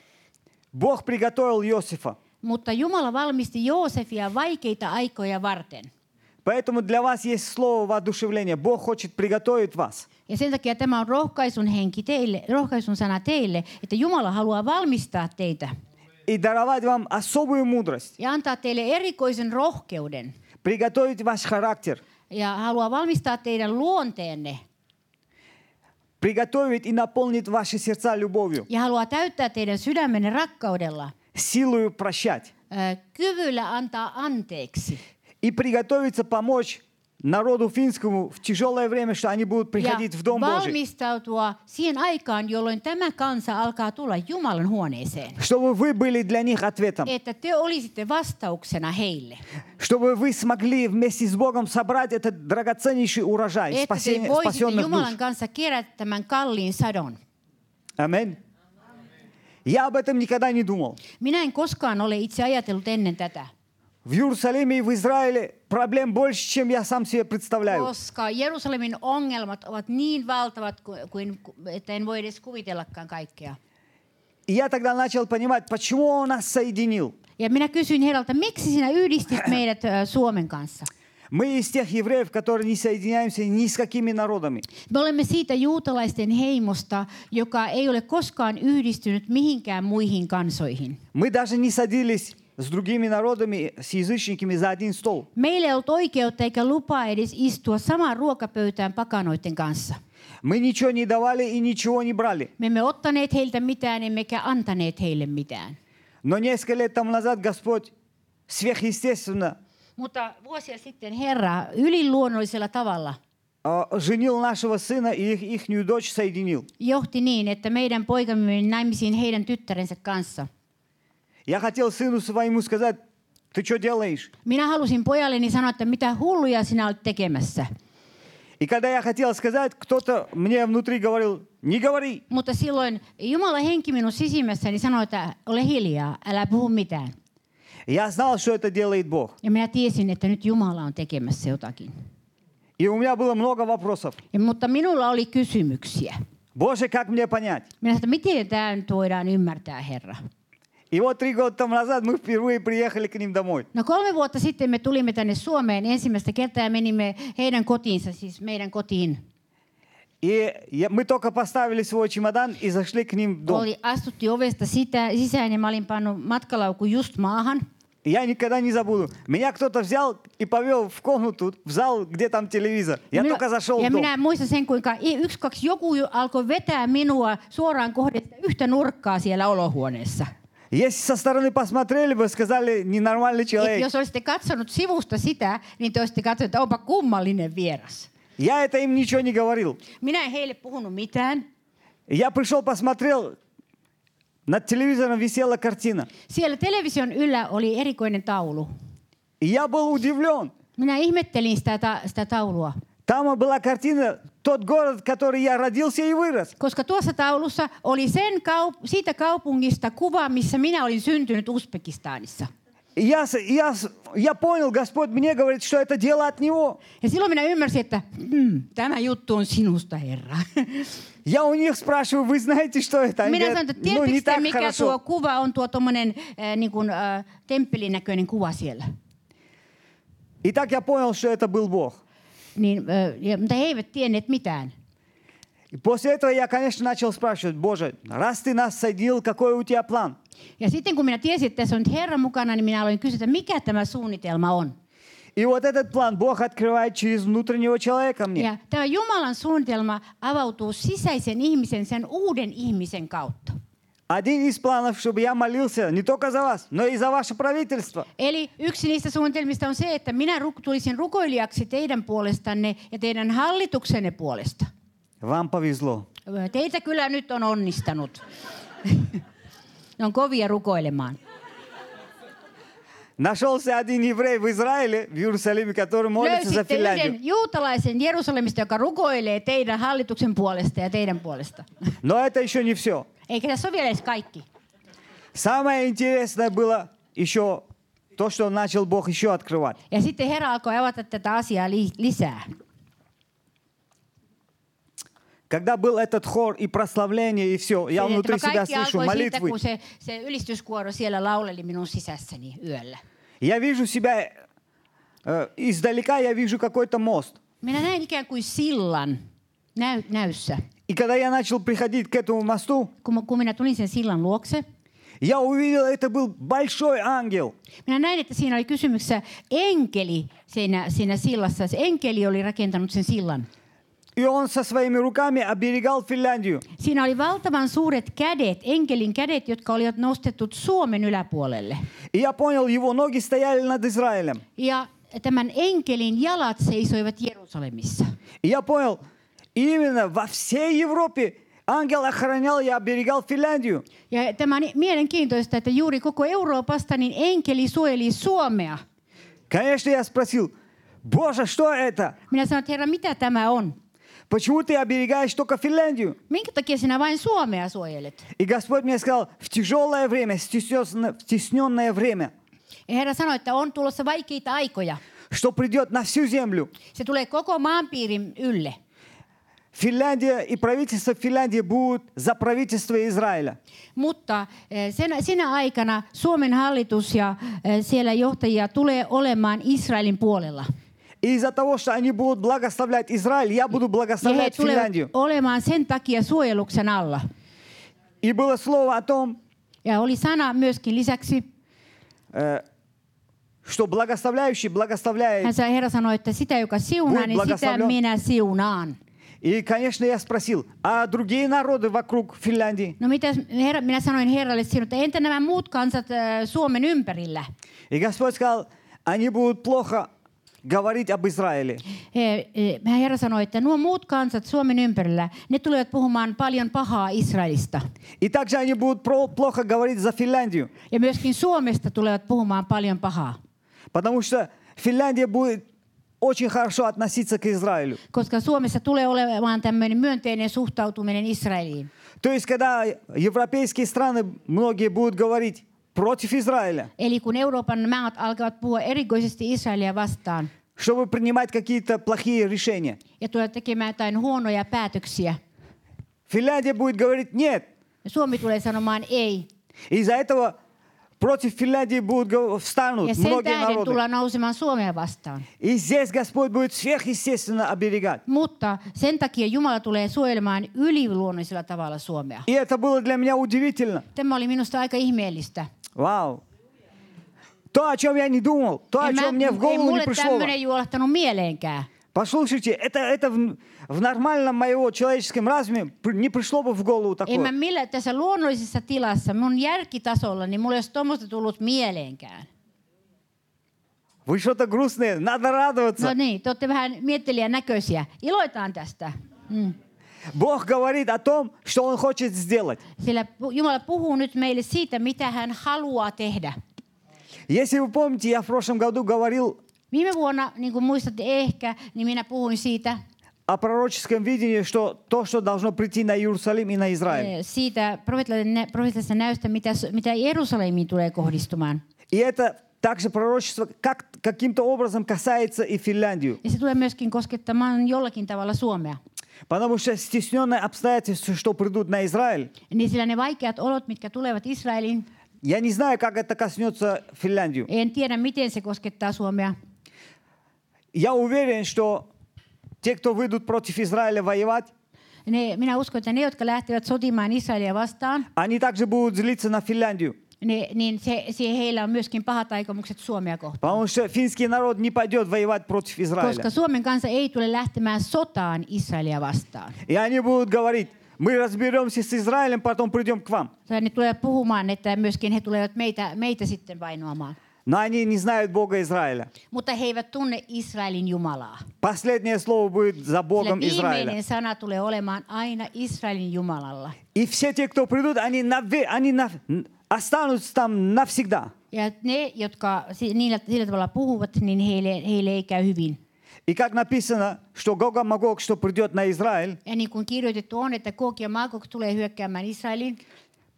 A: Бог приготовил Иосифа.
B: Mutta Jumala valmisti Joosefia vaikeita aikoja varten.
A: Поэтому для вас есть слово воодушевления. Бог хочет приготовить вас.
B: Ja sen takia tämä on rohkaisun henki teille, rohkaisun sana teille, että Jumala haluaa valmistaa teitä
A: И даровать вам особую мудрость.
B: ja antaa teille erikoisen rohkeuden
A: Приготовить ваш характер.
B: ja haluaa valmistaa teidän luonteenne
A: Приготовить и наполнить ваши сердца любовью.
B: ja haluaa täyttää teidän sydämenne rakkaudella,
A: Силою прощать.
B: ö, kyvyllä antaa anteeksi
A: И приготовиться помочь народу финскому в тяжелое время, что они будут
B: ja
A: приходить в Дом Божий.
B: valmistautua siihen aikaan, jolloin tämä kansa alkaa tulla Jumalan huoneeseen.
A: чтобы вы были для них ответом,
B: Että te olisitte vastauksena heille.
A: чтобы вы смогли вместе с Богом собрать этот драгоценнейший урожай
B: Että te
A: спасения,
B: voisitte
A: спасенных
B: Jumalan
A: душ.
B: kanssa kerätä tämän kalliin sadon.
A: Аминь. Я об этом никогда не думал.
B: Minä en koskaan ole itse ajatellut ennen tätä,
A: В Иерусалиме и в Израиле проблем больше, чем я сам себе представляю.
B: koska Jerusalemin ongelmat ovat niin valtavat ku- kuin, ku- että en voi edes kuvitellakaan kaikkea.
A: И я тогда начал понимать, почему он нас soedinil.
B: Ja minä kysyin herralta, miksi sinä yhdistit meidät ö, Suomen kanssa?
A: Мы из тех евреев, которые не соединяемся ни с какими народами.
B: Me olemme siitä juutalaisten heimosta, joka ei ole koskaan yhdistynyt mihinkään muihin kansoihin.
A: Мы даже не садились с другими народами, с язычниками за один стол.
B: Meillä ei ollut oikeutta eikä lupaa edes istua samaan ruokapöytään pakanoiden kanssa.
A: Мы ничего не давали и ничего не брали.
B: Me emme ottaneet heiltä mitään, emmekä antaneet heille mitään.
A: Но несколько лет тому назад Господь сверхъестественно
B: Mutta vuosia sitten Herra yliluonnollisella tavalla
A: э, женил нашего сына и их, ихнюю дочь соединил.
B: johti niin, että meidän poikamme meni naimisiin heidän tyttärensä kanssa.
A: Я хотел сыну своему сказать, ты что делаешь?
B: Minä halusin pojalleni sanoa, että mitä hulluja sinä olet tekemässä.
A: И когда я хотел сказать, кто-то мне внутри говорил, не говори.
B: Mutta silloin Jumala henki minun sisimmässäni sanoi, että ole hiljaa, älä puhu mitään.
A: Я знал, что это делает Бог.
B: Ja minä tiesin, että nyt Jumala on tekemässä jotakin.
A: И у меня было много вопросов.
B: Ja, mutta minulla oli kysymyksiä.
A: Боже, как мне понять?
B: Minä sanoin, että miten tämä nyt voidaan ymmärtää, Herra?
A: И вот три года тому назад мы впервые приехали к ним домой.
B: No kolme vuotta sitten me tulimme tänne Suomeen ensimmäistä kertaa ja menimme heidän kotiinsa, siis meidän kotiin.
A: И я- мы только поставили свой чемодан и зашли к ним в дом.
B: Oli, astuttiin ovesta sitä, sisään ja mä olin pannut matkalaukun just maahan.
A: И Я никогда не забуду. Меня кто-то взял и повел в комнату, в зал, где там телевизор. Я
B: Minu-
A: только зашел
B: ja
A: в дом.
B: minä muistan sen, kuinka i- yksi, kaksi joku jo alkoi vetää minua suoraan kohdetta yhtä nurkkaa siellä olohuoneessa.
A: Если со стороны посмотрели бы, сказали, ненормальный
B: Et
A: человек.
B: jos olisitte katsonut sivusta sitä, niin te olisitte katsonut, että onpa kummallinen vieras.
A: Я это им ничего не говорил.
B: Minä en heille puhunut mitään.
A: Я пришел, посмотрел, над телевизором висела картина.
B: Siellä television yllä oli erikoinen taulu.
A: И я был удивлен.
B: Minä ihmettelin sitä, ta- sitä taulua,
A: Там была картина «Тот город, в который я родился и вырос».
B: koska tuossa taulussa oli sen kaup- siitä kaupungista kuva, missä minä olin syntynyt Uzbekistanissa.
A: И я, с- я, с- я понял, Господь мне говорит, что это дело от Него.
B: Ja silloin minä ymmärsin, että mm, tämä juttu on sinusta, Herra.
A: Я у них спрашиваю, вы знаете, что это? Они
B: Minä sanoin,
A: говорят,
B: että
A: ну, не
B: tiedättekö te,
A: так
B: mikä tuo
A: хорошо.
B: kuva on, tuo tuommoinen äh, niin kuin, äh, temppelin näköinen kuva siellä.
A: И так я понял, что это был Бог.
B: Niin, äh, ja, mutta he eivät tienneet mitään.
A: И после этого я, конечно, начал спрашивать, Боже, раз ты нас соединил, какой у тебя план?
B: Ja sitten kun minä tiesin, että tässä on nyt Herra mukana, niin minä aloin kysyä, että mikä tämä suunnitelma on.
A: И вот этот план Бог открывает через внутреннего человека мне.
B: Ja tämä Jumalan suunnitelma avautuu sisäisen ihmisen, sen uuden ihmisen kautta.
A: Один из планов, чтобы я молился не только за вас, но и за ваше правительство.
B: Eli yksi niistä suunnitelmista on se, että minä ruk- tulisin rukoilijaksi teidän puolestanne ja teidän hallituksenne puolesta.
A: Вам повезло.
B: Teitä kyllä nyt on onnistanut. ne on kovia rukoilemaan.
A: Нашелся один еврей в Израиле, в Иерусалиме, который молится за
B: Löysitte
A: Финляндию.
B: yhden juutalaisen Jerusalemista, joka rukoilee teidän hallituksen puolesta ja teidän puolesta.
A: Но это еще не все.
B: Eikä tässä ole vielä edes kaikki.
A: Самое интересное было еще то, что начал Бог еще открывать.
B: Ja sitten Herra alkoi avata tätä asiaa li- lisää.
A: Когда был этот хор и прославление, и все, я
B: Eli
A: внутри
B: tämä
A: себя
B: no kaikki
A: слышу
B: alkoi siitä,
A: молитвы.
B: kun se, se ylistyskuoro siellä lauleli minun sisässäni yöllä.
A: Я вижу себя, э, издалека я вижу какой-то мост.
B: Minä näin ikään kuin sillan näy, näyssä.
A: И когда я начал приходить к этому мосту,
B: Kun, mä- kun minä tulin sen sillan luokse,
A: я увидел, это был большой ангел.
B: minä näin, että siinä oli kysymyksessä enkeli siinä, siinä sillassa. Se enkeli oli rakentanut sen sillan.
A: И он со своими руками оберегал Финляндию.
B: Siinä oli valtavan suuret kädet, enkelin kädet, jotka olivat nostetut Suomen yläpuolelle.
A: И я понял, его ноги стояли над Израилем.
B: Ja tämän enkelin jalat seisoivat Jerusalemissa.
A: И я понял, именно во всей Европе ангел охранял и оберегал Финляндию.
B: Ja tämä on mielenkiintoista, että juuri koko Euroopasta niin enkeli suojeli Suomea.
A: Конечно, я спросил, Боже, что это?
B: Minä sanoin, että herra, mitä tämä on?
A: Почему ты оберегаешь только Финляндию?
B: Minkä takia sinä vain Suomea suojelet?
A: И Господь мне сказал, в тяжелое время, стеснёсн- в стесненное время,
B: Ja herra sanoi, että on tulossa vaikeita aikoja.
A: что придет на всю землю,
B: Se tulee koko maanpiirin ylle.
A: Финляндия и правительство Финляндии будут за правительство Израиля.
B: Mutta eh, sen, sinä aikana Suomen hallitus ja eh, siellä johtajia tulee olemaan Israelin puolella.
A: И из-за того, что они будут благословлять Израиль, я буду
B: Ja he
A: благословлять
B: tulevat
A: Финляндию.
B: olemaan sen takia suojeluksen alla.
A: И было слово о том,
B: Ja oli sana myöskin lisäksi,
A: э, что благословляющий благословляет.
B: hän sai Herra sanoi, että sitä joka siunaa,
A: Voi
B: niin sitä
A: blagastavlja-
B: minä siunaan.
A: И, конечно, я спросил, а другие народы вокруг Финляндии?
B: No mitä herra, minä sanoin Herralle sinut, että entä nämä muut kansat äh, Suomen ympärillä?
A: И Господь сказал, они будут плохо говорить об Израиле.
B: He- he- Herra sanoi, että nuo muut kansat Suomen ympärillä, ne tulevat puhumaan paljon pahaa Israelista.
A: И также они будут про- плохо говорить за Финляндию,
B: Ja myöskin Suomesta tulevat puhumaan paljon pahaa.
A: потому что Финляндия будет очень хорошо относиться к Израилю.
B: Koska Suomessa tulee olemaan tämmöinen myönteinen suhtautuminen Israeliin.
A: То есть, когда европейские страны, многие будут говорить против Израиля,
B: Eli kun Euroopan maat alkavat puhua erikoisesti Israelia vastaan
A: чтобы принимать какие-то плохие решения,
B: ja tulevat tekemään jotain huonoja päätöksiä, niin
A: Финляндия будет говорить нет.
B: Suomi tulee sanomaan ei.
A: Из-за этого против Финляндии будут го- встанут
B: Ja sen
A: многие
B: tähden
A: народы.
B: tullaan nousemaan Suomea vastaan.
A: И здесь Господь будет сверхъестественно оберегать.
B: Mutta sen takia Jumala tulee suojelemaan yliluonnollisella tavalla Suomea.
A: И это было для меня удивительно.
B: Tämä oli minusta aika ihmeellistä.
A: Вау. То, о чем я не думал, то, о
B: En
A: чем мне в
B: ei
A: голову не
B: mulle
A: пришло.
B: tämmöinen juolahtanut mieleenkään.
A: Послушайте, это, это в, в нормальном моего человеческом разуме пр- не пришло бы в голову
B: En mä
A: такое.
B: millä, tässä luonnollisessa tilassa, mun järkitasolla, niin mulle ei olisi tuommoista tullut mieleenkään.
A: Вы что-то грустное, надо радоваться.
B: No niin, te olette vähän miettelijän näköisiä. Iloitaan tästä. Mm.
A: Бог говорит о том, что Он хочет сделать.
B: Sillä pu- Jumala puhuu nyt meille siitä, mitä hän haluaa tehdä.
A: Если вы помните, я в прошлом году говорил
B: Viime vuonna, niin kuin muistatte ehkä, niin minä puhuin siitä,
A: о пророческом видении, что то, что должно прийти на Иерусалим и на Израиль.
B: eh, siitä profeettisesta näystä, mitä, s- mitä Jerusalemiin tulee kohdistumaan.
A: И это также пророчество как, каким-то образом касается и Финляндию.
B: Ja se tulee myöskin koskettamaan jollakin tavalla Suomea.
A: Потому что стесненные обстоятельства, что придут на Израиль,
B: Niin sillä ne vaikeat olot, mitkä tulevat Israeliin,
A: я не знаю, как это коснется Финляндию.
B: en tiedä miten se koskettaa Suomea.
A: Я уверен, что те, кто выйдут против Израиля воевать,
B: Ne, minä uskon, että ne, jotka lähtevät sotimaan Israelia vastaan,
A: они также будут злиться на Финляндию.
B: ne, niin se, se, heillä on myöskin pahat aikomukset Suomea kohtaan.
A: Потому что финский народ не пойдет воевать против
B: Koska
A: Израиля.
B: Suomen kanssa ei tule lähtemään sotaan Israelia vastaan.
A: И они будут говорить, мы разберемся с Израилем, потом придем к вам.
B: Tai ne tulee puhumaan, että myöskin he tulevat meitä, meitä sitten vainoamaan.
A: Но они не знают Бога Израиля.
B: Mutta he eivät tunne Israelin Jumalaa.
A: Последнее слово будет за
B: Sillä
A: Богом Израиля.
B: viimeinen sana tulee olemaan aina Israelin Jumalalla.
A: И все те, кто придут, они, наве- они нав- останутся там навсегда.
B: Ja ne, jotka si- niillä, sillä tavalla puhuvat, niin heille, heille ei käy hyvin.
A: И как написано, что Гога Магог, что придет на Израиль,
B: Ja niin kuin kirjoitettu on, että Gog ja Magog tulee hyökkäämään Israelin,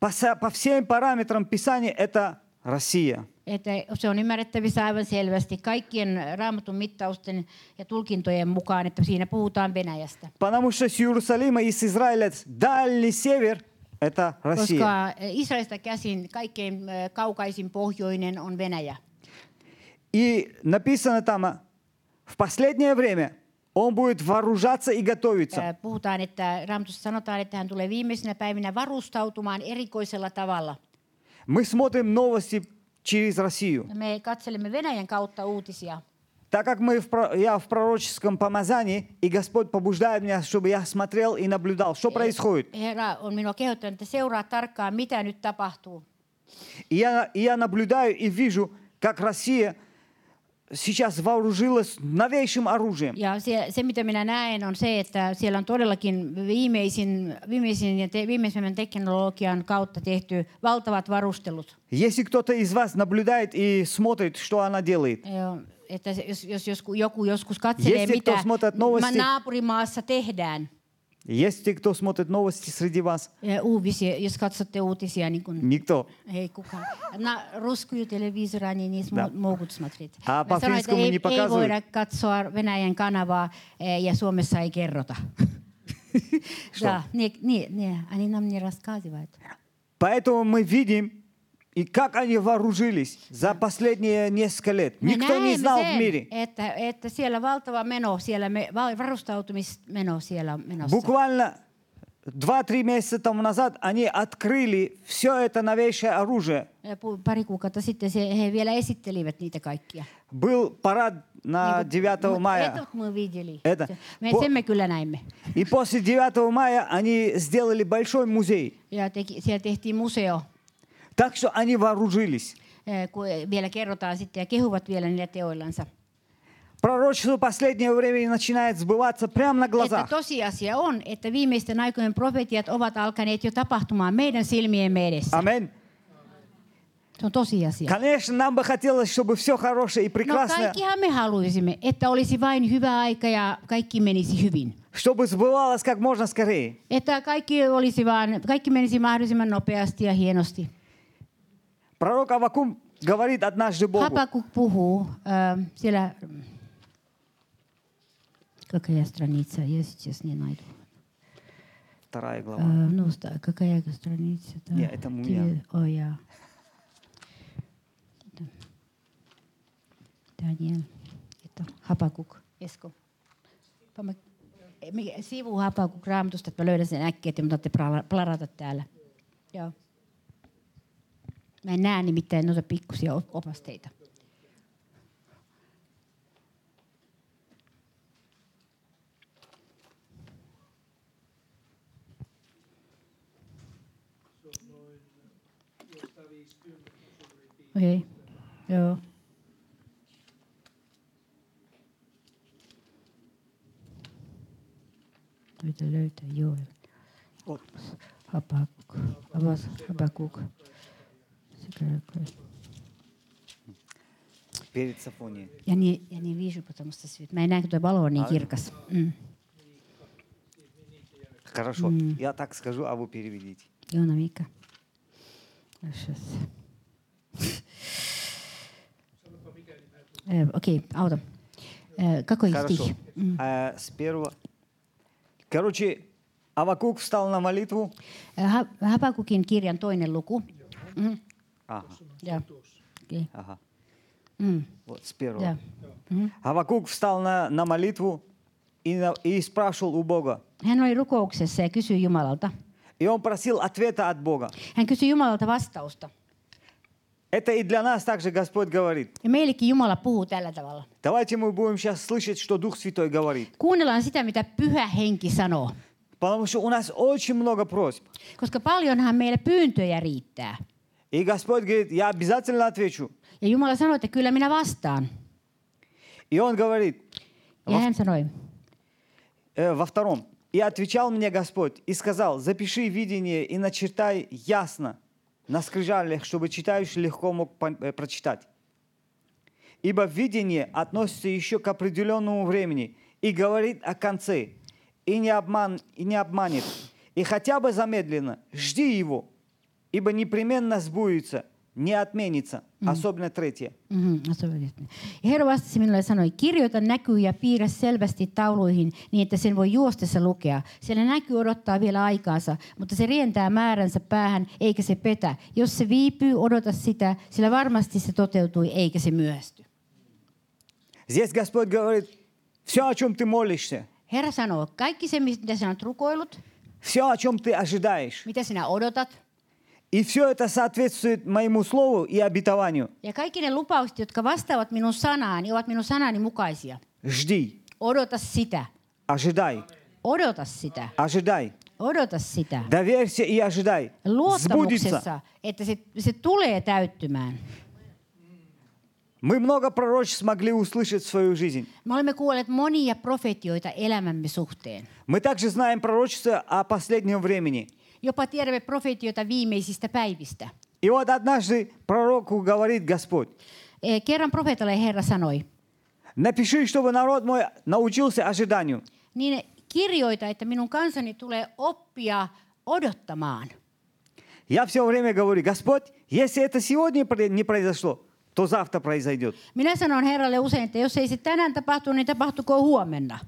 A: по, со- по всем параметрам Писания это Россия.
B: että se on ymmärrettävissä aivan selvästi kaikkien raamatun mittausten ja tulkintojen mukaan, että siinä puhutaan Venäjästä.
A: Потому что с Иерусалима и с Израиля дальний север – это Россия.
B: Koska Israelista käsin kaikkein ö, kaukaisin pohjoinen on Venäjä.
A: И написано там, а, в последнее время он будет вооружаться и
B: Ö,
A: готовиться.
B: Puhutaan, että Raamatussa sanotaan, että hän tulee viimeisinä päivinä varustautumaan erikoisella tavalla.
A: Мы смотрим новости через Россию.
B: Me katselemme Venäjän kautta uutisia.
A: Так как мы в про- я в пророческом помазании, и Господь побуждает меня, чтобы я смотрел и наблюдал,
B: Э.
A: что происходит.
B: Herra on minua kehottanut, että seuraa tarkkaan, mitä nyt tapahtuu.
A: И я, и я наблюдаю и вижу, как Россия сейчас вооружилась новейшим оружием.
B: Ja se, se, mitä minä näen, on se, että siellä on todellakin viimeisin, viimeisin ja te, viimeisimmän teknologian kautta tehty valtavat varustelut.
A: Если кто-то из вас наблюдает и смотрит, что она делает,
B: Joo, Että se, jos, jos josku, joku joskus katselee,
A: Jestli
B: mitä
A: kto smotat novosti-
B: ma- naapurimaassa tehdään,
A: есть те, кто смотрит новости среди вас?
B: eh, uutisia, jos katsotte uutisia, niin kuin,
A: Никто.
B: ei kukaan. Na, ruskuju televiisora, niin niissä
A: Da.
B: mu- muukut smatrit.
A: Aa,
B: Mä sanoin, että
A: Pafinskun
B: ei,
A: meni
B: ei
A: pakazui.
B: э, voida katsoa Venäjän kanavaa eh, ja Suomessa ei kerrota. Да, не, не, не, они нам не рассказывают.
A: Поэтому мы видим, и как они вооружились за последние несколько лет.
B: Me
A: Никто не
B: näemme
A: знал в
B: sen,
A: мире.
B: Että, että siellä valtava meno, siellä me, va- varustautumismeno siellä on menossa.
A: Буквально 2-3 месяца тому назад они открыли все это новейшее оружие.
B: Ja pu- Pari kuukautta sitten se, he э, vielä esittelivät niitä kaikkia.
A: Был парад на
B: Niinku-
A: 9
B: mut
A: мая.
B: Этот мы видели.
A: Это.
B: Se- Me,
A: Po-
B: sen me kyllä näimme.
A: И после 9 мая они сделали большой музей.
B: Ja teki, siellä tehtiin museo.
A: Так что они вооружились.
B: eh, Kun vielä kerrotaan sitten ja kehuvat vielä niillä teoillansa.
A: Пророчество последнего времени начинает сбываться прямо на
B: Että
A: глазах.
B: tosiasia on, että viimeisten aikojen profetiat ovat alkaneet jo tapahtumaan meidän silmiemme edessä.
A: Аминь.
B: Se on tosiasia.
A: Конечно, нам бы хотелось, чтобы все хорошее и
B: No
A: прекрасное,
B: kaikkihan me haluaisimme, että olisi vain hyvä aika ja kaikki menisi hyvin.
A: чтобы сбывалось как можно скорее.
B: Että kaikki, olisi vaan, kaikki menisi mahdollisimman nopeasti ja hienosti.
A: Пророк Авакум говорит однажды Богу,
B: Hapakuk puhuu äh, siellä... Какая страница? Я сейчас не найду.
A: вторая
B: Э,
A: глава,
B: ну, ста- какая страница? да?
A: Не, это у меня.
B: Ты- О, я. Это. Даниэль. Это Хапакук. Esko. Pame- Ei, mikä- Sivu Hapakuk raamatusta, että mä löydän sen äkkiä, että te plarata täällä. Joo. Mä en näe nimittäin noita pikkusia op- opasteita. Okei. Joo. Mitä löytää? Joo.
A: Вот.
B: Habakuk. Avas Habakuk. Sekä
A: перед Сафонией.
B: Я не, я не вижу, потому что свет. niin Mä en näe, kun tuo valo on niin kirkas. Mm.
A: Хорошо, я так скажу, а вы переведите.
B: Joona Miikka. Сейчас. Okei, auta. Ö, Какой
A: Хорошо.
B: стих?
A: А, с первого. Короче, Авакук встал на молитву.
B: Ha- Habakukin Äh, kirjan toinen luku. Mm.
A: Ага,
B: Ja. Okei.
A: ага.
B: Mm.
A: Вот с первого.
B: Ja. Mhm.
A: Авакук встал на, на молитву и, на- и спрашивал у Бога.
B: Hän oli rukouksessa ja kysyi Jumalalta.
A: И он просил ответа от Бога.
B: Hän kysyi Jumalalta vastausta.
A: Это и для нас также Господь говорит.
B: Ja meillekin Jumala puhuu tällä tavalla.
A: Давайте мы будем сейчас слышать, что Дух Святой говорит.
B: Kuunnellaan sitä, mitä Pyhä Henki sanoo.
A: Потому что у нас очень много просьб.
B: Koska paljonhan meillä pyyntöjä riittää.
A: И Господь говорит, я обязательно отвечу.
B: Ja Jumala sanoi, että kyllä minä vastaan.
A: И он говорит
B: Ja hän sanoi,
A: э, во втором. И отвечал мне Господь и сказал, запиши видение и начертай ясно на скрижалях, чтобы читающий легко мог пон- э, прочитать. Ибо видение относится еще к определенному времени и говорит о конце, и не, обман, и не обманет. И хотя бы замедленно, жди его, ибо непременно сбудется, не отменится, особенно третье.
B: Mhm, no se oli- ja Herra vastasi minulle ja sanoi, kirjoita näkyy ja piirrä selvästi tauluihin niin, että sen voi juostessa lukea. Siellä näkyy odottaa vielä aikaansa, mutta se rientää määränsä päähän eikä se petä. Jos se viipyy, odota sitä, sillä varmasti se toteutui eikä se myöhästy.
A: Здесь Господь говорит, все, о чем ты молишься,
B: Herra sanoo, kaikki se, mitä sinä olet rukoillut,
A: все, о чем ты ожидаешь,
B: mitä sinä odotat,
A: и все это соответствует моему слову и обетованию.
B: ja kaikki ne lupaukset, jotka vastaavat minun sanaani, ovat minun sanani mukaisia.
A: Жди,
B: Odota sitä.
A: ожидай,
B: Odota sitä.
A: ожидай,
B: Odota sitä.
A: доверься и ожидай. Сбудется.
B: luottamuksessa, että se, se tulee täyttymään.
A: Мы много пророчеств смогли услышать в свою жизнь.
B: Me olemme kuulleet monia profetioita elämämme suhteen.
A: Мы также знаем пророчество о последнем времени.
B: Jopa tiedämme profetioita viimeisistä päivistä.
A: И вот однажды пророку говорит Господь,
B: Eh, Kerran profeetalle Herra sanoi,
A: напиши, чтобы народ мой научился ожиданию.
B: niin kirjoita, että minun kansani tulee oppia odottamaan.
A: Я все время говорю, Господь, если это сегодня пре- не произошло, то завтра произойдет.
B: Minä sanon Herralle usein, että jos ei se tänään tapahtu, niin tapahtuko huomenna.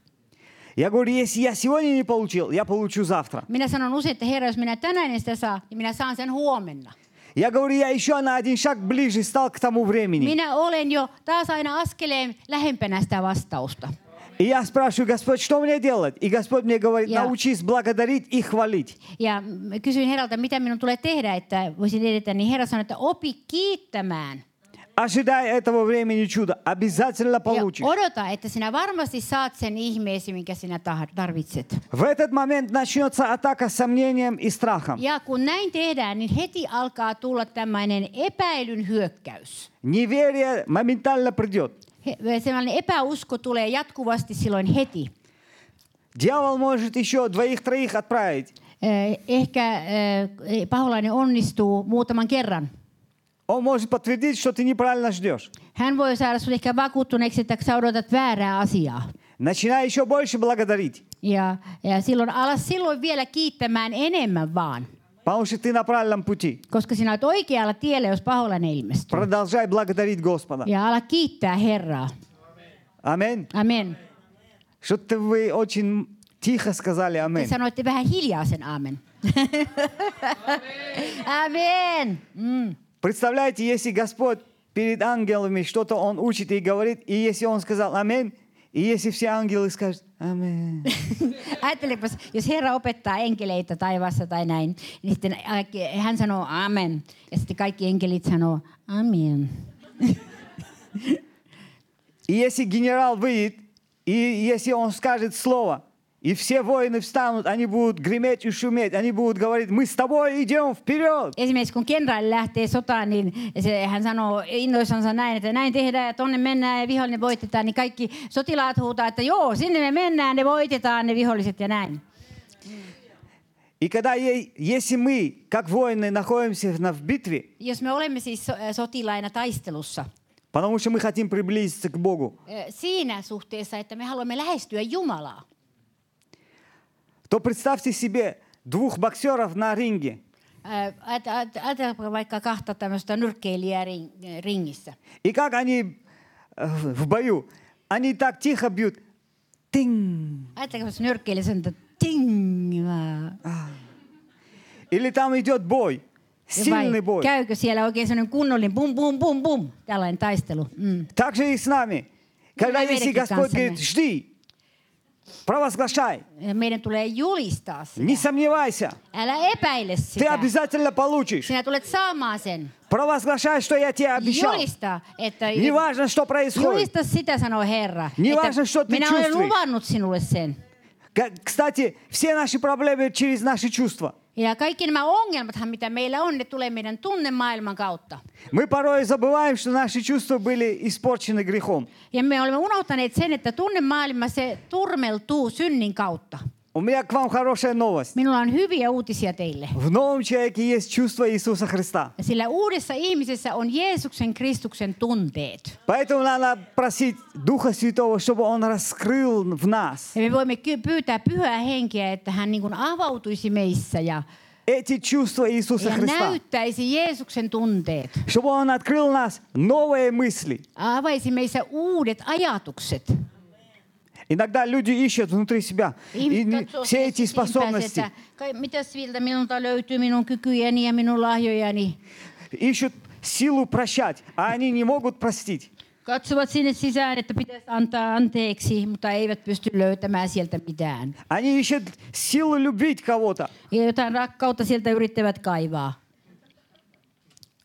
A: Я говорю, если я сегодня не получил, я получу завтра.
B: Minä sanon usein, että Herra, jos minä tänään en sitä saa, niin minä saan sen huomenna.
A: Я говорю, я еще на один шаг ближе стал к тому времени.
B: Minä olen jo taas aina askeleen lähempänä sitä vastausta.
A: И я спрашиваю, Господь, что мне делать? И Господь мне говорит,
B: Я-
A: научись благодарить и хвалить.
B: Ja mä kysyin Herralta, mitä minun tulee tehdä, että voisin edetä. Niin Herra sanoi, että opi kiittämään.
A: Ожидай этого времени чуда, обязательно
B: Ja
A: получишь.
B: odota, että sinä varmasti saat sen ihmeesi, minkä sinä tahat- tarvitset.
A: В этот момент начнется атака с сомнением и страхом.
B: Ja kun näin tehdään, niin heti alkaa tulla tämmöinen epäilyn hyökkäys.
A: Неверие моментально придет.
B: He- Sellainen epäusko tulee jatkuvasti silloin heti.
A: Дьявол может еще двоих-троих отправить.
B: Eh, Ehkä eh, paholainen onnistuu muutaman kerran.
A: Он может подтвердить, что ты неправильно ждешь.
B: Hän voi saada sinut ehkä vakuuttuneeksi, että sä odotat väärää asiaa.
A: Начинай еще больше благодарить,
B: Ja, ja silloin ala silloin vielä kiittämään enemmän vaan,
A: потому что ты на правильном пути.
B: koska sinä olet oikealla tiellä, jos paholainen ilmestyy.
A: Продолжай благодарить Господа.
B: Ja ala kiittää Herraa.
A: Аминь.
B: Amen.
A: Что-то вы очень тихо сказали
B: Te
A: аминь.
B: sanoitte vähän hiljaa sen amen. amen. Mm.
A: Представляете, если Господь перед ангелами что-то Он учит и говорит, и если Он сказал аминь, и если все ангелы скажут аминь.
B: Ajattelepas, jos Herra opettaa enkeleitä taivaassa tai näin, niin sitten kaikki- hän sanoo amen. Ja sitten kaikki enkelit sanoo amen.
A: И если генерал выйдет, и если он скажет слово, и все воины встанут, они будут греметь и шуметь, они будут говорить, мы с тобой идем вперед.
B: Esimerkiksi kun kenraali lähtee sotaan, niin se, hän sanoo innoissansa näin, että näin tehdään ja tonne mennään ja vihollinen voitetaan. Niin kaikki sotilaat huutaa, että joo, sinne me mennään, ne voitetaan ne viholliset ja näin.
A: И когда, е- если мы, как воины, находимся на- в битве,
B: Jos me olemme siis so- sotilaina taistelussa,
A: потому что мы хотим приблизиться к Богу,
B: ö, siinä suhteessa, että me haluamme lähestyä Jumalaa,
A: то представьте себе двух боксеров на ринге.
B: Ö, ajate- ajate- Ajatellaanpa vaikka kahta tämmöistä nyrkkeilijää ring- ringissä.
A: И как они э, в бою, они так тихо бьют. Тинг!
B: Ajatellaanpa se nyrkkeilijä sanoo, että ting, vaan.
A: Или там идет бой, сильный
B: Vai
A: бой.
B: käykö siellä oikein sellainen kunnollinen bum, bum, bum, bum, tällainen таистелу. Mm.
A: Так же и с нами. Когда
B: Наверное,
A: если
B: какие-то
A: Господь говорит,
B: концами.
A: жди, провозглашай,
B: Meidän tulee julistaa sitä.
A: не сомневайся,
B: Älä epäile
A: ты
B: sitä.
A: обязательно получишь.
B: Sinä tulet saamaan sen.
A: Провозглашай, что я тебе обещал.
B: Julista, että
A: Не важно, что происходит.
B: julista sitä, sanoo Herra.
A: Niin
B: että
A: важно, что ты
B: minä olen
A: чувствуешь.
B: luvannut sinulle sen.
A: К- Кстати, все наши проблемы через наши чувства.
B: Ja kaikki nämä ongelmathan, mitä meillä on, ne tulee meidän tunnemaailman kautta.
A: Мы порой забываем, что наши чувства были испорчены грехом.
B: Ja me olemme unohtaneet sen, että tunnemaailma se turmeltuu synnin kautta.
A: У меня к вам хорошая новость.
B: Minulla on hyviä uutisia teille.
A: В новом человеке есть чувство Иисуса Христа.
B: Sillä uudessa ihmisessä on Jeesuksen Kristuksen tunteet.
A: Поэтому надо просить Духа Святого, чтобы Он раскрыл в нас
B: Ja me voimme ky- pyytää pyhää henkeä, että hän niin kuin avautuisi meissä ja,
A: эти чувства Иисуса
B: ja
A: Христа.
B: näyttäisi Jeesuksen tunteet.
A: чтобы Он открыл нас новые мысли.
B: Avaisi meissä uudet ajatukset.
A: Иногда люди ищут внутри себя и
B: Ihmiset
A: не-
B: katsoo
A: все эти
B: sisimpänsä,
A: способности,
B: että kai, mitäs siltä minulta löytyy minun kykyjäni ja minun lahjojani.
A: ищут силу прощать, а они не могут простить.
B: Katsovat sinne sisään, että pitäisi antaa anteeksi, mutta eivät pysty löytämään sieltä mitään.
A: Они ищут силу любить кого-то.
B: Ja jotain rakkautta sieltä yrittävät kaivaa.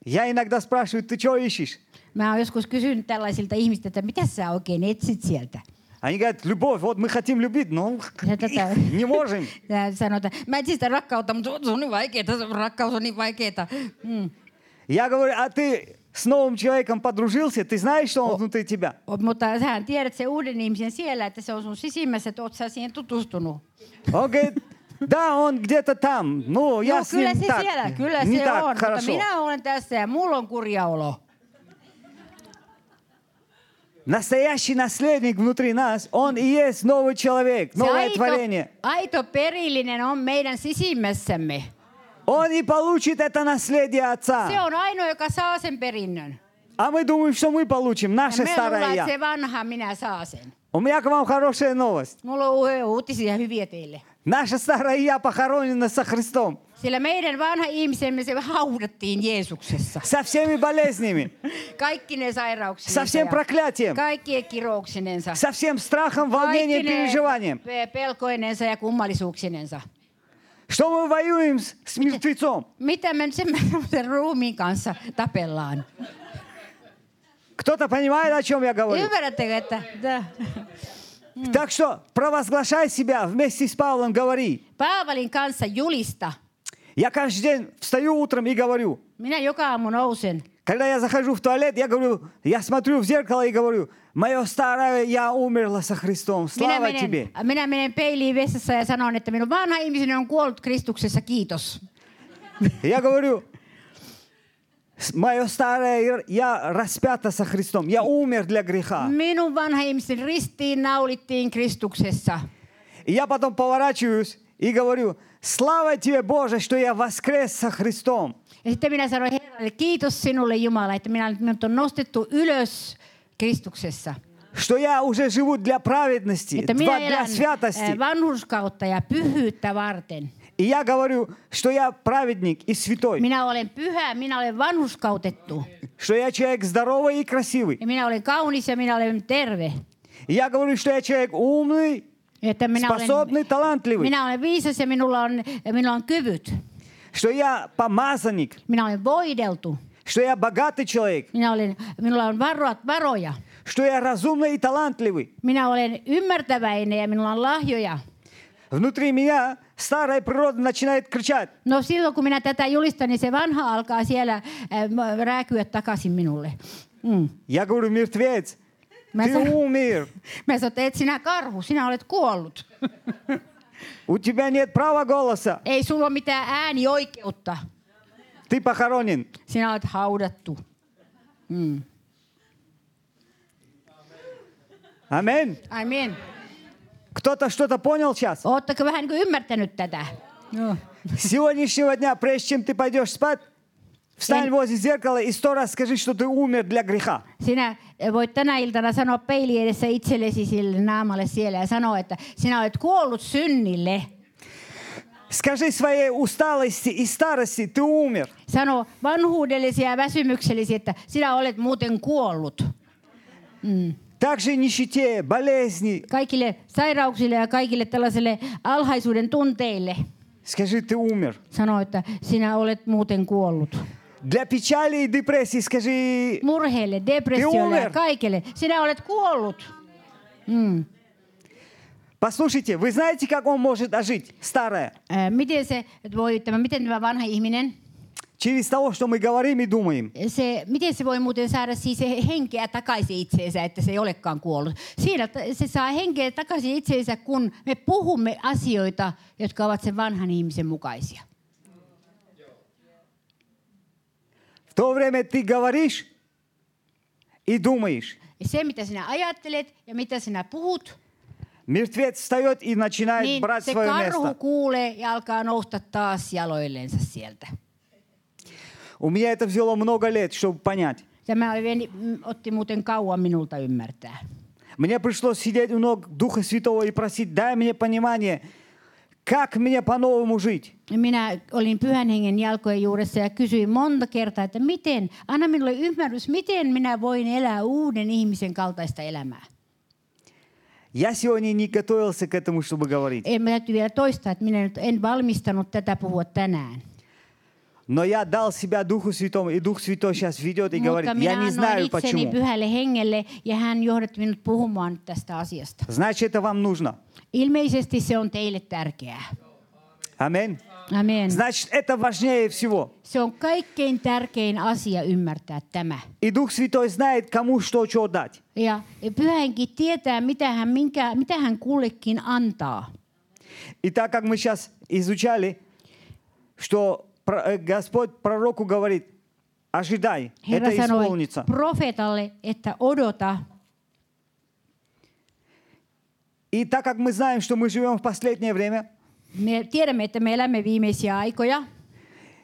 A: Я иногда спрашиваю, ты чего ищешь?
B: Mä oon joskus kysynyt tällaisilta ihmisiltä, että mitä sä oikein etsit sieltä?
A: Они говорят, любовь, вот мы хотим любить, но
B: Ja tätä,
A: не можем.
B: Tää sanoo, että mä etsin sitä rakkautta, mutta se on niin vaikeeta, rakkaus on niin vaikeeta. Mm.
A: Я говорю, а ты с новым человеком подружился, ты знаешь, что он внутри тебя?
B: O- Mutta sähän tiedät se uuden ihmisen siellä, että se on sun sisimmässä, että oot sä siihen tutustunut.
A: Он говорит, да, он где-то там, ну, я
B: Joo,
A: с
B: kyllä
A: ним
B: se
A: так,
B: siellä, kyllä
A: не
B: se
A: так
B: on, mutta
A: хорошо.
B: minä olen tässä ja mulla on kurja olo.
A: Настоящий наследник внутри нас, он и есть новый человек,
B: Se
A: новое
B: aito,
A: творение.
B: aito perillinen on meidän sisimmässämme.
A: Он и получит это наследие
B: Se
A: Отца.
B: on ainoa, joka saa sen perinnön.
A: А мы думаем, что мы получим,
B: Ja
A: nаше
B: me luullaan,
A: старое
B: että
A: я.
B: se vanha minä saa sen.
A: У меня к вам хорошая новость.
B: Mulla on u- uutisia hyviä teille.
A: Наша старая я похоронена со Христом,
B: Sillä meidän vanha ihmisemme se haudattiin Jeesuksessa.
A: со всеми болезнями,
B: Kaikki ne sairauksinensa
A: со всем
B: ja
A: проклятием,
B: kaikkien kirouksinensa.
A: со всем страхом, волнением,
B: Kaikki ne
A: переживанием.
B: pe- pelkoinensa ja kummallisuuksinensa.
A: Что мы воюем с, с мертвецом?
B: Mitä me nyt sen sen ruumiin kanssa tapellaan?
A: Кто-то понимает, о чем я говорю?
B: Ymmärrättekö, että...
A: Так что провозглашай себя вместе с Павлом, говори.
B: Paavalin kanssa julista.
A: Я каждый день встаю утром и говорю.
B: Minä joka aamu nousen.
A: Когда я захожу в туалет, я говорю, я смотрю в зеркало и говорю, мое старое я умерла со Христом,
B: Minä
A: слава
B: menen,
A: тебе.
B: minä menen peiliin vessassa ja sanon, että minun vanha ihmiseni on kuollut Kristuksessa, kiitos.
A: Я говорю, мое старое я распята со Христом, я умер для греха.
B: Minun vanha ihmiseni ristiin naulittiin Kristuksessa.
A: И я потом поворачиваюсь и говорю, слава тебе, Боже, что я воскрес со Христом.
B: Ja sitten minä sanoin Herralle, kiitos sinulle Jumala, että minä, minut on nostettu ylös Kristuksessa.
A: Что я уже живу для праведности,
B: Että
A: два-
B: minä
A: для
B: elän
A: святости.
B: eh, vanhurskautta ja pyhyyttä varten.
A: И я говорю, что я праведник и святой,
B: Minä olen pyhä, minä olen vanhuskautettu.
A: что я человек здоровый и красивый.
B: Ja minä olen kaunis ja minä olen terve.
A: И я говорю, что я человек умный,
B: Että minä, olen,
A: способный, талантливый,
B: minä olen viisas ja minulla on, minulla on kyvyt.
A: что я помазанник,
B: Minä olen voideltu.
A: что я богатый человек,
B: Minä olen, minulla on varo, varoja.
A: что я разумный и талантливый.
B: Minä olen ymmärtäväinen ja minulla on lahjoja.
A: Внутри меня старая природа начинает кричать.
B: No silloin kun minä tätä julistan, niin se vanha alkaa siellä äh, m- rääkyä takaisin minulle. Mm.
A: Я говорю, мертвец,
B: Mä,
A: ты
B: sanon,
A: умер,
B: mä sanon, että et sinä karhu, sinä olet kuollut.
A: у тебя нет права голоса,
B: Ei sulla ole mitään äänioikeutta.
A: ты похоронен.
B: Sinä olet haudattu. Mm.
A: Аминь.
B: Amen.
A: Кто-то что-то понял сейчас?
B: Oletteko vähän niin kuin ymmärtänyt tätä? No.
A: С сегодняшнего дня, прежде чем ты пойдешь спать, встань
B: Эн-
A: возле зеркала и сто раз скажи, что ты умер для греха.
B: Sinä eh, voit tänä iltana sanoa peili edessä itsellesi sille naamalle siellä ja sanoa, että sinä olet kuollut synnille.
A: Скажи своей усталости и старости, ты умер.
B: Sano vanhuudellisia ja väsymyksellisiä, että sinä olet muuten kuollut. Mm.
A: Также нищете, болезни.
B: Kaikille sairauksille ja kaikille tällaiselle alhaisuuden tunteille
A: Скажи, ты умер.
B: sano, että sinä olet muuten kuollut.
A: Для печали и депрессии скажи,
B: Murheelle, depressiolle ja
A: Juuler.
B: kaikelle. Sinä olet kuollut. Mm.
A: послушайте, вы знаете, как он может ожить, старое?
B: Äh, Miten, se voi, tämä, miten tämä vanha ihminen,
A: Через того, что мы говорим и думаем.
B: se, miten se voi muuten saada siis se henkeä takaisin itseensä, että se ei olekaan kuollut? Siinä t- se saa henkeä takaisin itseensä, kun me puhumme asioita, jotka ovat sen vanhan ihmisen mukaisia.
A: В то время ты говоришь и думаешь.
B: Ja se, mitä sinä ajattelet ja mitä sinä puhut,
A: Мертвец встает и начинает
B: niin
A: брать
B: se
A: свое
B: karhu
A: место.
B: kuulee ja alkaa nousta taas jaloillensa sieltä.
A: У меня это взяло много лет, чтобы понять.
B: Tämä oli veni- mm, otti muuten kauan minulta ymmärtää.
A: Мне пришлось сидеть у ног Духа Святого и просить, дай мне понимание, как мне по-новому жить.
B: Ja Minä olin pyhän hengen jalkojen juuressa ja kysyin monta kertaa, että miten, anna minulle ymmärrys, miten minä voin elää uuden ihmisen kaltaista elämää.
A: Я сегодня не готовился к этому, чтобы говорить.
B: En mä täytyy vielä toistaa, että minä nyt en valmistanut tätä puhua tänään.
A: Но я дал себя Духу Святому, и Дух Святой сейчас ведет и говорит,
B: Mutta minä
A: я не
B: annoin
A: знаю
B: itseni
A: почему.
B: pyhälle hengelle ja hän johdatti minut puhumaan nyt tästä asiasta.
A: Значит, это вам нужно.
B: Ilmeisesti se on teille tärkeää.
A: Аминь.
B: Amen.
A: Значит, это важнее всего.
B: Se on kaikkein tärkein asia ymmärtää tämä.
A: И Дух Святой знает, кому что, что дать.
B: Ja pyhänkin tietää, mitä hän, minkä, mitä hän kullekin antaa.
A: И так как мы сейчас изучали, что про- э, Господь пророку говорит, ожидай,
B: Herra
A: это
B: sanoi
A: исполнится.
B: profeetalle, että odota.
A: И так как мы знаем, что мы живем в последнее время,
B: Me tiedämme, että me elämme viimeisiä aikoja.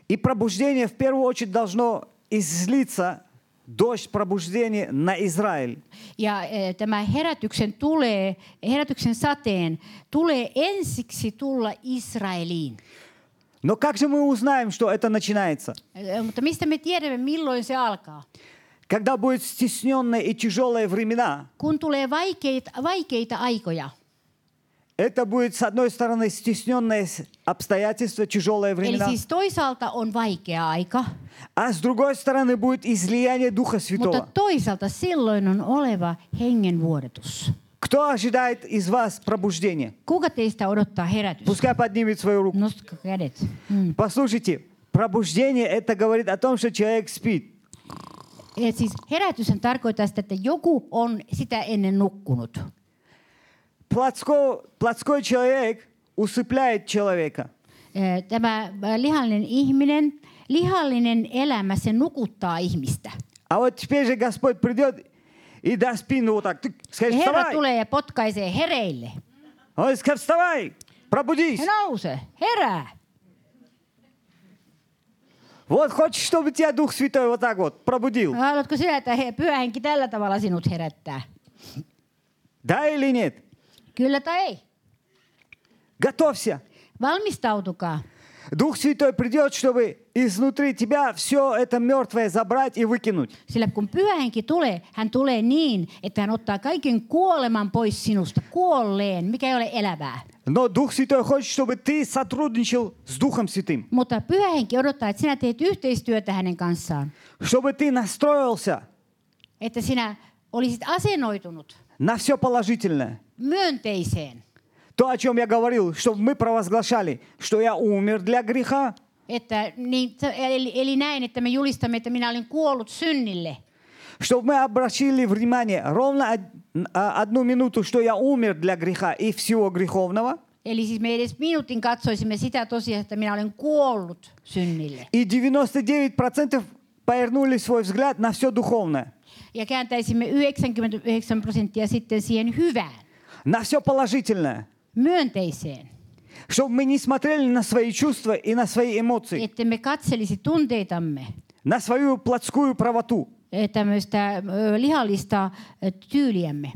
A: и пробуждение в первую очередь должно излиться дождь пробуждения на Израиль.
B: Ja eh, tämä herätyksen, tulee, herätyksen sateen tulee ensiksi tulla Israeliin.
A: Но как же мы узнаем, что это начинается?
B: Eh, Mutta mistä me tiedämme, milloin se alkaa?
A: Когда будут стесненные и тяжелые времена,
B: Kun tulee vaikeita, vaikeita aikoja,
A: это будет, с одной стороны, стесненные с- обстоятельства, тяжелые
B: eli
A: времена,
B: siis toisaalta on vaikea aika,
A: а с другой стороны будет излияние Духа
B: mutta
A: Святого.
B: toisaalta silloin on oleva hengenvuodatus.
A: Кто ожидает из вас пробуждения?
B: Kuka teistä odottaa herätystä?
A: Пускай поднимет свою руку.
B: Nostakaa kädet. Mm.
A: Послушайте, пробуждение это говорит о том, что человек спит.
B: Et siis herätyshän tarkoittaa sitä, että joku on sitä ennen nukkunut.
A: Плотско- плотской человек усыпляет человека.
B: Eh, Tämä eh, lihallinen ihminen, lihallinen elämä, se nukuttaa ihmistä.
A: А вот теперь же Господь придет и даст спину вот так. Тык,
B: Ja
A: Скажет,
B: Herra
A: вставай!
B: tulee ja potkaisee hereille.
A: Он скажет, вставай! Пробудись!
B: He nouse, herää.
A: Вот хочешь, чтобы тебя Дух Святой вот так вот пробудил?
B: Haluatko sinä, että he, pyhä henki tällä tavalla sinut herättää?
A: Да или нет?
B: Kyllä tai ei.
A: Готовься!
B: Valmistautukaa.
A: Дух Святой придет, чтобы изнутри тебя все это мертвое забрать и выкинуть.
B: Sillä kun pyhä henki tulee, hän tulee niin, että hän ottaa kaiken kuoleman pois sinusta, kuolleen, mikä ei ole elävää.
A: Но Дух Святой хочет, чтобы ты сотрудничал с Духом Святым.
B: Mutta pyhä henki odottaa, että sinä teet yhteistyötä hänen kanssaan.
A: Чтобы ты настроился
B: Että sinä olisit asennoitunut
A: на все положительное.
B: myönteiseen.
A: То, о чем я говорил, чтобы мы провозглашали, что я умер для греха,
B: Että, niin, eli, eli näin, että me julistamme, että minä olin kuollut synnille.
A: чтобы мы обратили внимание ровно од- а, одну минуту, что я умер для греха и всего греховного,
B: Eli siis me edes minuutin katsoisimme sitä tosiaan, että minä olen kuollut synnille.
A: и 99% повернули свой взгляд на все духовное,
B: Ja kääntäisimme 99 prosenttia sitten siihen hyvään,
A: на все положительное,
B: myönteiseen.
A: чтобы мы не смотрели на свои чувства и на свои эмоции,
B: Että me katselisi tunteitamme,
A: на свою плотскую правоту.
B: ö, eh, tämmöistä ö, lihallista ö, tyyliämme.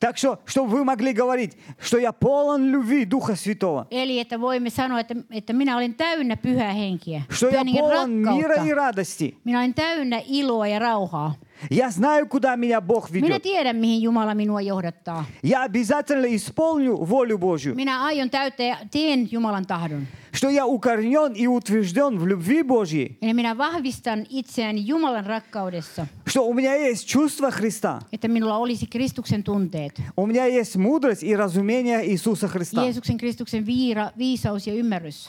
A: Так что, чтобы вы могли говорить, что я полон любви Духа Святого,
B: Eli että voimme sanoa, että, että minä olen täynnä pyhää henkiä,
A: что я
B: pyhän hengen
A: полон мира и
B: rakkautta.
A: радости.
B: Minä olen täynnä iloa ja rauhaa.
A: Я знаю, куда меня Бог
B: Minä
A: ведет.
B: tiedän, mihin Jumala minua johdattaa.
A: Я обязательно исполню волю Божью.
B: Minä aion täyttää ja teen Jumalan tahdon.
A: что я укоренен и утвержден в любви Божьей,
B: Eli minä vahvistan itseäni Jumalan rakkaudessa,
A: что у меня есть чувство Христа,
B: että minulla olisi Kristuksen tunteet.
A: у меня есть мудрость и разумение Иисуса Христа.
B: Jeesuksen Kristuksen viira, viisaus ja ymmärrys.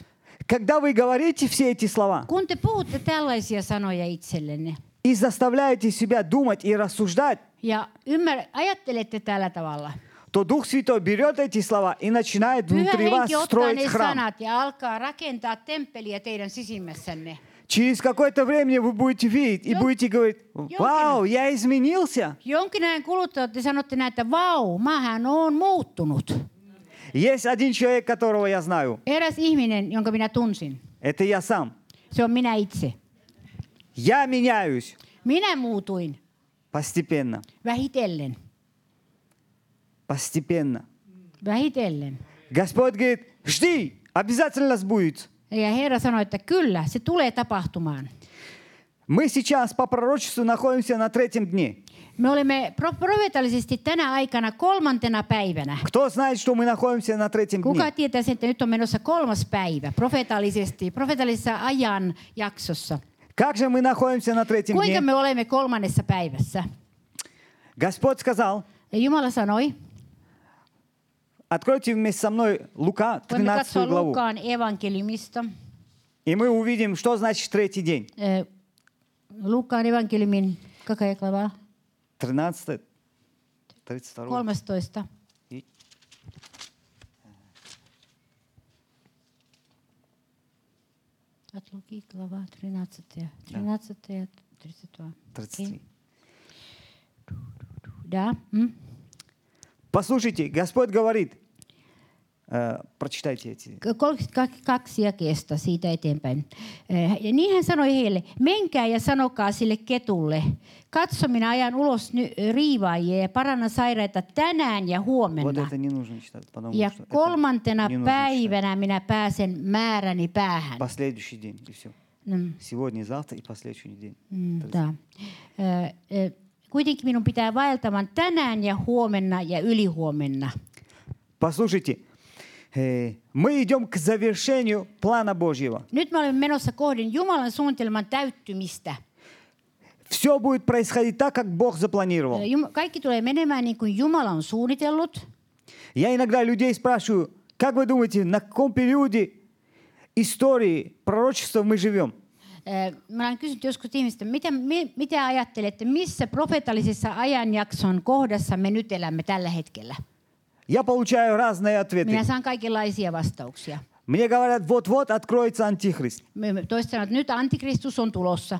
A: Когда вы говорите все эти слова
B: Kun te puhutte tällaisia sanoja itsellenne
A: и заставляете себя думать и рассуждать,
B: ja ymmär, ajattelette tällä tavalla,
A: то Дух Святой берет эти слова и начинает
B: Pyhä
A: внутри вас
B: Henki ottaa
A: строить
B: ne
A: храм.
B: sanat ja alkaa rakentaa temppeliä teidän sisimmässänne.
A: Через какое-то время вы будете видеть и
B: Ё-
A: будете говорить, вау, я изменился.
B: Jonkin ajan kuluttua te sanotte näin, että vau, mähän on muuttunut.
A: Есть один человек, которого я знаю.
B: Eräs ihminen, jonka minä tunsin,
A: Это я сам.
B: se on minä itse.
A: Я меняюсь
B: Minä muutuin
A: постепенно,
B: vähitellen,
A: постепенно.
B: vähitellen.
A: Господь говорит, жди, обязательно сбудется.
B: Ja Herra sanoi, että kyllä, se tulee tapahtumaan.
A: Мы сейчас по пророчеству находимся на третьем дне.
B: Me olemme pro- profeetallisesti tänä aikana kolmantena päivänä.
A: Кто знает, что мы находимся на третьем
B: Kuka
A: дне?
B: tietää sen, että nyt on menossa kolmas päivä profeetallisesti, profeetallisessa ajan jaksossa.
A: Как же мы находимся на третьем
B: Kuinka
A: дне?
B: me olemme kolmannessa päivässä?
A: Господь сказал,
B: Ja Jumala sanoi,
A: откройте вместе со мной Лука, 13
B: voimme katsoa
A: главу.
B: Lukaan evankeliumista.
A: И мы увидим, что значит третий день.
B: Eh, Lukaan evankeliumin kakkoja klavaa,
A: 13, 32.
B: 13. От Луки, глава 13. 13 ja 32.
A: 33.
B: Да. м? mm?
A: Послушайте, Господь говорит, Э, Прочитайте эти.
B: 32 jakeesta siitä eteenpäin. Eh, Ja niin hän sanoi heille, menkää ja sanokaa sille ketulle. Katso, minä ajan ulos ny- riivaajia ja parannan sairaita tänään ja
A: Вот
B: huomenna.
A: это не нужно читать, потому
B: Ja
A: что это
B: kolmantena
A: не нужно читать.
B: päivänä minä pääsen määräni päähän.
A: Последующий день, и все.
B: Mm,
A: Сегодня, завтра и последующий день.
B: mm,
A: То есть
B: da. Ö, ö, äh, Kuitenkin minun pitää vaeltamaan tänään ja huomenna ja ylihuomenna.
A: Послушайте, э, мы идем к завершению плана Божьего.
B: Nyt me olemme menossa kohden Jumalan suunnitelman täyttymistä.
A: Все будет происходить так, как Бог запланировал.
B: Äh, Jum- Kaikki tulee menemään niin kuin Jumala on suunnitellut.
A: Я иногда людей спрашиваю, как вы думаете, на каком периоде истории пророчества мы живем?
B: Ö, Äh, Mä olen kysynyt joskus ihmistä, mitä, mi- mitä ajattelette, missä profeetallisessa ajanjakson kohdassa me nyt elämme tällä hetkellä?
A: Я получаю разные ответы.
B: Minä saan kaikenlaisia vastauksia.
A: Мне говорят, вот-вот откроется антихрист.
B: Me- me- Toiset sanovat, että nyt antikristus on tulossa.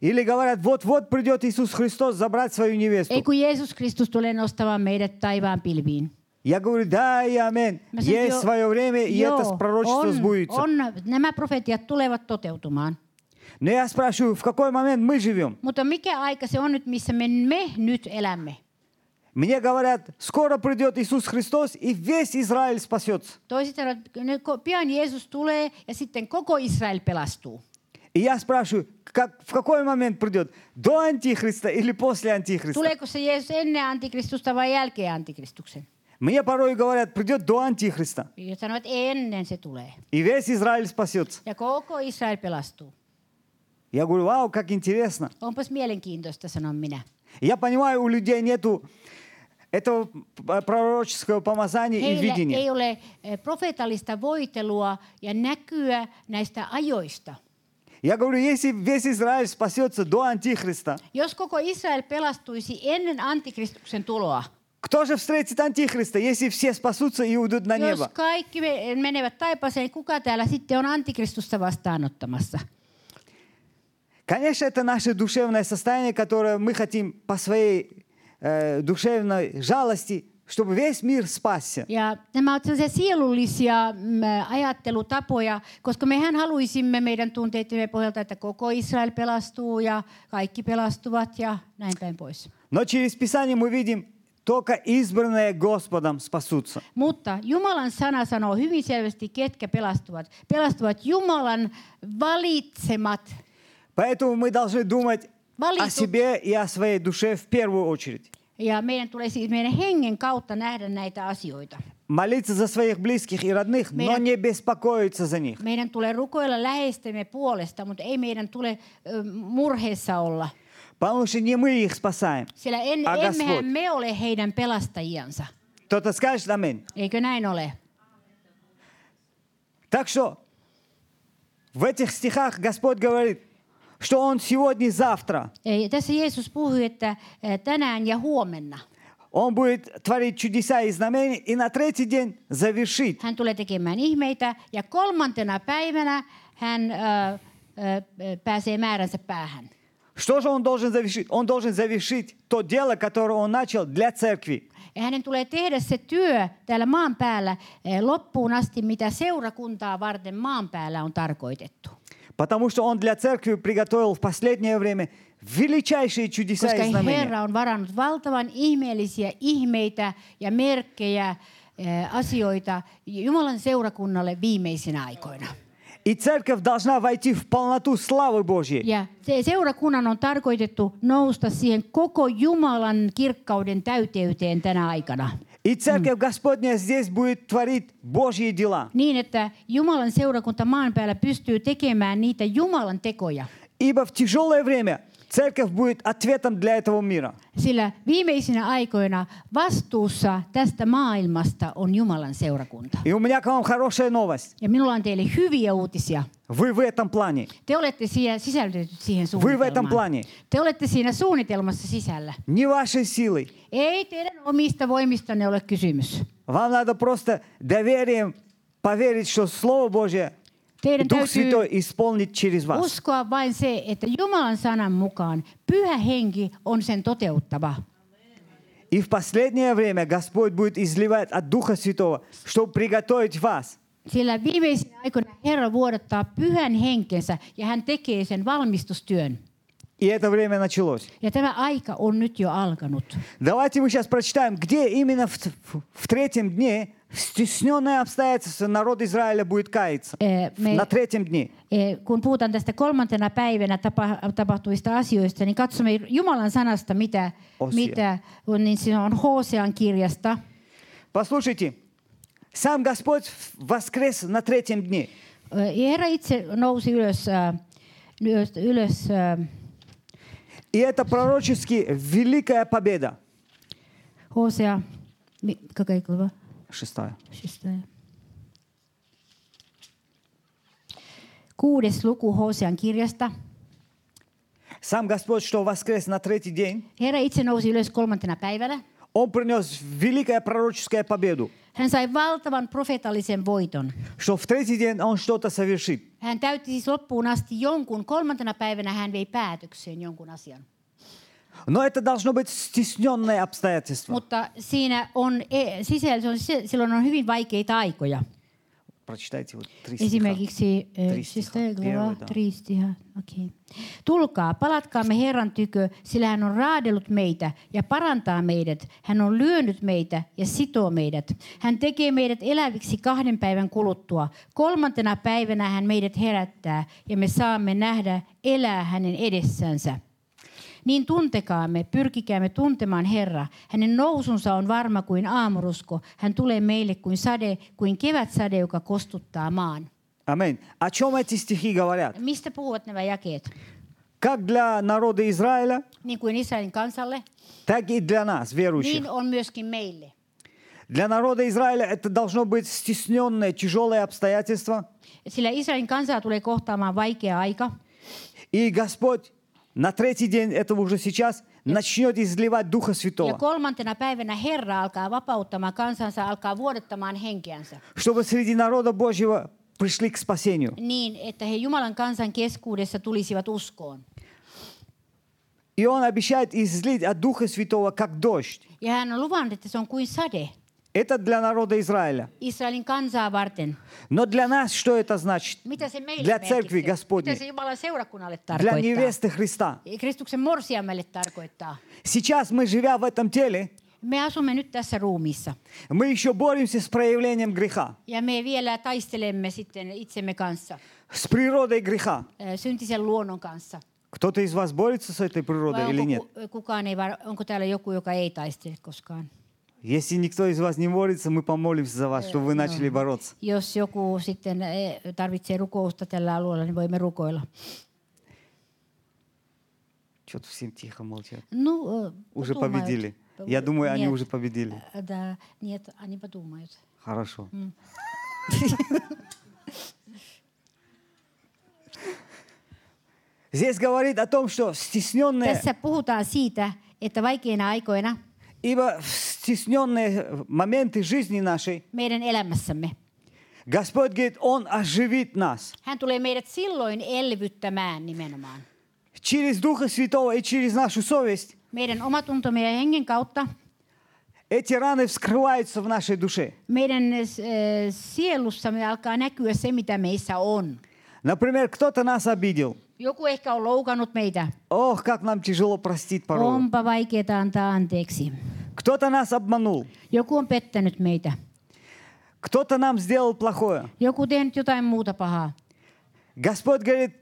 A: Или говорят, вот-вот придет Иисус Христос забрать свою
B: Ei
A: невесту.
B: kun Jeesus Kristus tulee nostamaan meidät taivaan pilviin.
A: Я говорю, да и аминь.
B: Mä sanon,
A: Есть
B: "Joo,
A: свое время, и
B: joo,
A: это с- пророчество
B: on,
A: сбудется.
B: on, nämä profetiat tulevat toteutumaan.
A: Но я спрашиваю, в какой момент мы живем?
B: Mutta mikä aika se on nyt, missä me, me nyt elämme?
A: Мне говорят, скоро придет Иисус Христос, и весь Израиль спасется.
B: Toiset sanovat, että nyt ko- pian Jeesus tulee ja sitten koko Israel pelastuu.
A: И я спрашиваю, как, в какой момент придет? До антихриста или после антихриста?
B: Tuleeko se Jeesus ennen antikristusta vai jälkeen antikristuksen?
A: Мне порой говорят, придет до антихриста,
B: Ja sanovat, että ennen se tulee.
A: и весь Израиль спасется.
B: Ja koko Israel pelastuu.
A: Я говорю, вау, как интересно.
B: Onpas mielenkiintoista, sanon minä.
A: И Я понимаю, у людей нету этого п- пророческого помазания и
B: Heillä
A: видения.
B: ei ole eh, profeetallista voitelua ja näkyä näistä ajoista.
A: Я говорю, если весь Израиль спасется до антихриста,
B: Jos koko Israel pelastuisi ennen antikristuksen tuloa,
A: кто же встретит антихриста, если все спасутся и уйдут на
B: jos
A: небо?
B: kaikki me- menevät taipaaseen, niin kuka täällä sitten on antikristusta vastaanottamassa?
A: Конечно, это наше душевное состояние, которое мы хотим по своей э, душевной жалости, чтобы весь мир спасся.
B: Ja nämä ovat sellaisia sielullisia mm, ajattelutapoja, koska mehän haluaisimme meidän tunteidemme pohjalta, että koko Israel pelastuu ja kaikki pelastuvat ja näin päin pois.
A: Но через Писание мы видим, только избранные Господом спасутся.
B: Mutta Jumalan sana sanoo hyvin selvästi, ketkä pelastuvat. Pelastuvat Jumalan valitsemat.
A: Поэтому мы должны думать
B: Молитву.
A: о себе и о своей душе в первую очередь.
B: Ja meidän tulee siis meidän hengen kautta nähdä näitä asioita.
A: Молиться за своих близких и родных, но
B: Мира.
A: не беспокоиться за них.
B: Meidän tulee rukoilla läheistemme puolesta, mutta ei meidän tule ö, murheessa olla.
A: Потому что не мы их спасаем.
B: Sillä en,
A: Aga
B: emmehän
A: svot.
B: me ole heidän pelastajiansa.
A: Кто-то скажет аминь.
B: Eikö näin ole?
A: Так что в этих стихах Господь говорит, что Он сегодня и завтра,
B: Ei, tässä Jeesus puhui, että eh, tänään ja huomenna
A: Он будет творить чудеса и знамения, и на третий день завершит.
B: hän tulee tekemään ihmeitä ja kolmantena päivänä hän ö, ö, ö, pääsee määränsä päähän.
A: Что же Он должен завершить? Он должен завершить то дело, которое Он начал для церкви.
B: Ja hänen tulee tehdä se työ täällä maan päällä eh, loppuun asti, mitä seurakuntaa varten maan päällä on tarkoitettu.
A: Потому что Он для церкви приготовил в последнее время величайшие чудеса
B: Koska
A: и знамения.
B: Herra on varannut valtavan ihmeellisiä ihmeitä ja merkkejä, eh, asioita Jumalan seurakunnalle viimeisinä aikoina.
A: И церковь должна войти в полноту славы Божьей.
B: Ja se seurakunnan on tarkoitettu nousta siihen koko Jumalan kirkkauden täyteyteen tänä aikana.
A: И церковь Господня здесь будет творить Божьи дела.
B: Niin, että Jumalan seurakunta maan päällä pystyy tekemään niitä Jumalan tekoja.
A: Ибо в тяжелое время церковь будет ответом для этого мира.
B: Sillä viimeisinä aikoina vastuussa tästä maailmasta on Jumalan seurakunta.
A: И у меня к вам хорошая новость.
B: Ja minulla on teille hyviä uutisia.
A: Вы в этом плане.
B: Te olette siihen sisällytetyt siihen
A: Vuivaitan plani.
B: suunnitelmaan. Te olette siinä suunnitelmassa sisällä.
A: Не вашей силой.
B: Ei teidän omista voimistanne ole kysymys.
A: Вам надо просто доверием поверить, что Слово Божье,
B: Teidän
A: Дух
B: täytyy
A: Святой исполнит через вас.
B: uskoa vain se, että Jumalan sanan mukaan pyhä henki on sen toteuttava.
A: И в последнее время Господь будет изливать от Духа Святого, чтобы приготовить вас.
B: Sillä viimeisinä aikoina Herra vuodattaa pyhän henkensä ja hän tekee sen valmistustyön.
A: И это время началось.
B: Ja tämä aika on nyt jo alkanut.
A: Давайте мы сейчас прочитаем, где именно в, т- в- в третьем дне в стесненное обстоятельство народ Израиля будет каяться.
B: Э, мы-
A: На третьем дне.
B: Eh, Kun puhutaan tästä kolmantena päivänä tapa, tapahtuvista asioista, niin katsomme Jumalan sanasta, mitä,
A: Hosea.
B: mitä on, niin siinä on Hosean kirjasta.
A: Послушайте, сам Господь воскрес на третьем дне.
B: Ö, Herra itse nousi ylös, äh, ylös, ylös äh,
A: И это пророчески великая победа.
B: Hosea, mi- какая глава?
A: Шестая.
B: Шестая. Kuudes luku Hosean kirjasta.
A: Сам Господь, что воскрес на третий день,
B: Herra itse nousi ylös kolmantena päivänä.
A: Он принес великая пророческая победу,
B: Hän sai valtavan profeetallisen voiton.
A: что в третий день Он что-то совершит.
B: Hän täytti siis loppuun asti jonkun. Kolmantena päivänä hän vei päätökseen jonkun asian.
A: Но это должно быть стесненное обстоятельство.
B: Mutta siinä on e- sisällä, se on, sisä- silloin on hyvin vaikeita aikoja.
A: Прочитайте вот три стиха.
B: Esimerkiksi eh,
A: Tristiha.
B: siis tää glava,
A: Joo, joo.
B: tristiha. Okei. Tulkaa, palatkaamme Herran tykö, sillä hän on raadellut meitä ja parantaa meidät. Hän on lyönyt meitä ja sitoo meidät. Hän tekee meidät eläviksi kahden päivän kuluttua. Kolmantena päivänä hän meidät herättää ja me saamme nähdä elää hänen edessänsä. Niin tuntekaamme, pyrkikäämme tuntemaan Herra. Hänen nousunsa on varma kuin aamurusko. Hän tulee meille kuin sade, kuin kevätsade, joka kostuttaa maan.
A: Аминь. О чем эти стихи говорят?
B: Mistä puhuvat nämä jakeet?
A: Как для народа Израиля,
B: Niin kuin Israelin kansalle,
A: так и для нас, верующих.
B: niin on myöskin meille.
A: Для народа Израиля это должно быть стесненное, тяжелое обстоятельство.
B: Sillä Israelin kansaa tulee kohtaamaan vaikea aika.
A: И Господь на третий день этого уже сейчас начнет изливать Духа
B: Ja
A: Святого,
B: kolmantena päivänä Herra alkaa vapauttamaan kansansa, alkaa vuodattamaan henkeänsä.
A: чтобы среди народа Божьего пришли к спасению.
B: Niin, että he Jumalan kansan keskuudessa tulisivat uskoon.
A: И Он обещает излить от Духа Святого, как дождь.
B: Ja hän on luvannut, että se on kuin sade
A: Это для народа Израиля.
B: Israelin kansaa varten.
A: Но для нас что это значит?
B: Mitä se meille
A: Для
B: merkitsee?
A: церкви Господней.
B: Mitä se Jumalan seurakunnalle
A: Для
B: tarkoittaa?
A: невесты Христа.
B: Kristuksen morsiamelle tarkoittaa.
A: Сейчас мы, живя в этом теле,
B: Me asumme nyt tässä ruumiissa
A: мы еще боремся с проявлением греха,
B: ja me vielä taistelemme sitten itsemme kanssa,
A: с природой греха.
B: ö, syntisen luonnon kanssa.
A: Кто-то из вас борется с этой природой
B: Vai
A: или нет?
B: onko, ku- kukaan ei var- onko täällä joku, joka ei taistele koskaan?
A: Если никто из вас не борется, мы помолимся за вас, чтобы вы начали бороться.
B: Jos joku sitten eh, tarvitsee rukousta tällä alueella, niin voimme rukoilla.
A: Что-то всем тихо молчат.
B: No, ö, Niin,
A: Уже
B: tuumailut.
A: победили. Я думаю, они
B: Нет,
A: уже победили.
B: э, Да, нет, они подумают.
A: Хорошо. Здесь говорит о том, что стесненное,
B: Tässä puhutaan siitä, että vaikeina aikoina
A: ибо в стесненные моменты жизни нашей,
B: meidän elämässämme
A: Господь говорит, Он оживит нас
B: Hän tulee meidät silloin elvyttämään nimenomaan.
A: через Духа Святого и через нашу совесть.
B: Meidän omatuntomme ja hengen kautta
A: Эти раны вскрываются в нашей душе.
B: meidän eh, sielussamme alkaa näkyä se, mitä meissä on.
A: Например, кто-то нас обидел.
B: Joku ehkä on loukannut meitä.
A: Ох, как нам тяжело простить порой.
B: Onpa vaikeaa antaa anteeksi.
A: Кто-то нас обманул.
B: Joku on pettänyt meitä.
A: Кто-то нам сделал плохое.
B: Joku tehnyt jotain muuta pahaa.
A: Господь говорит,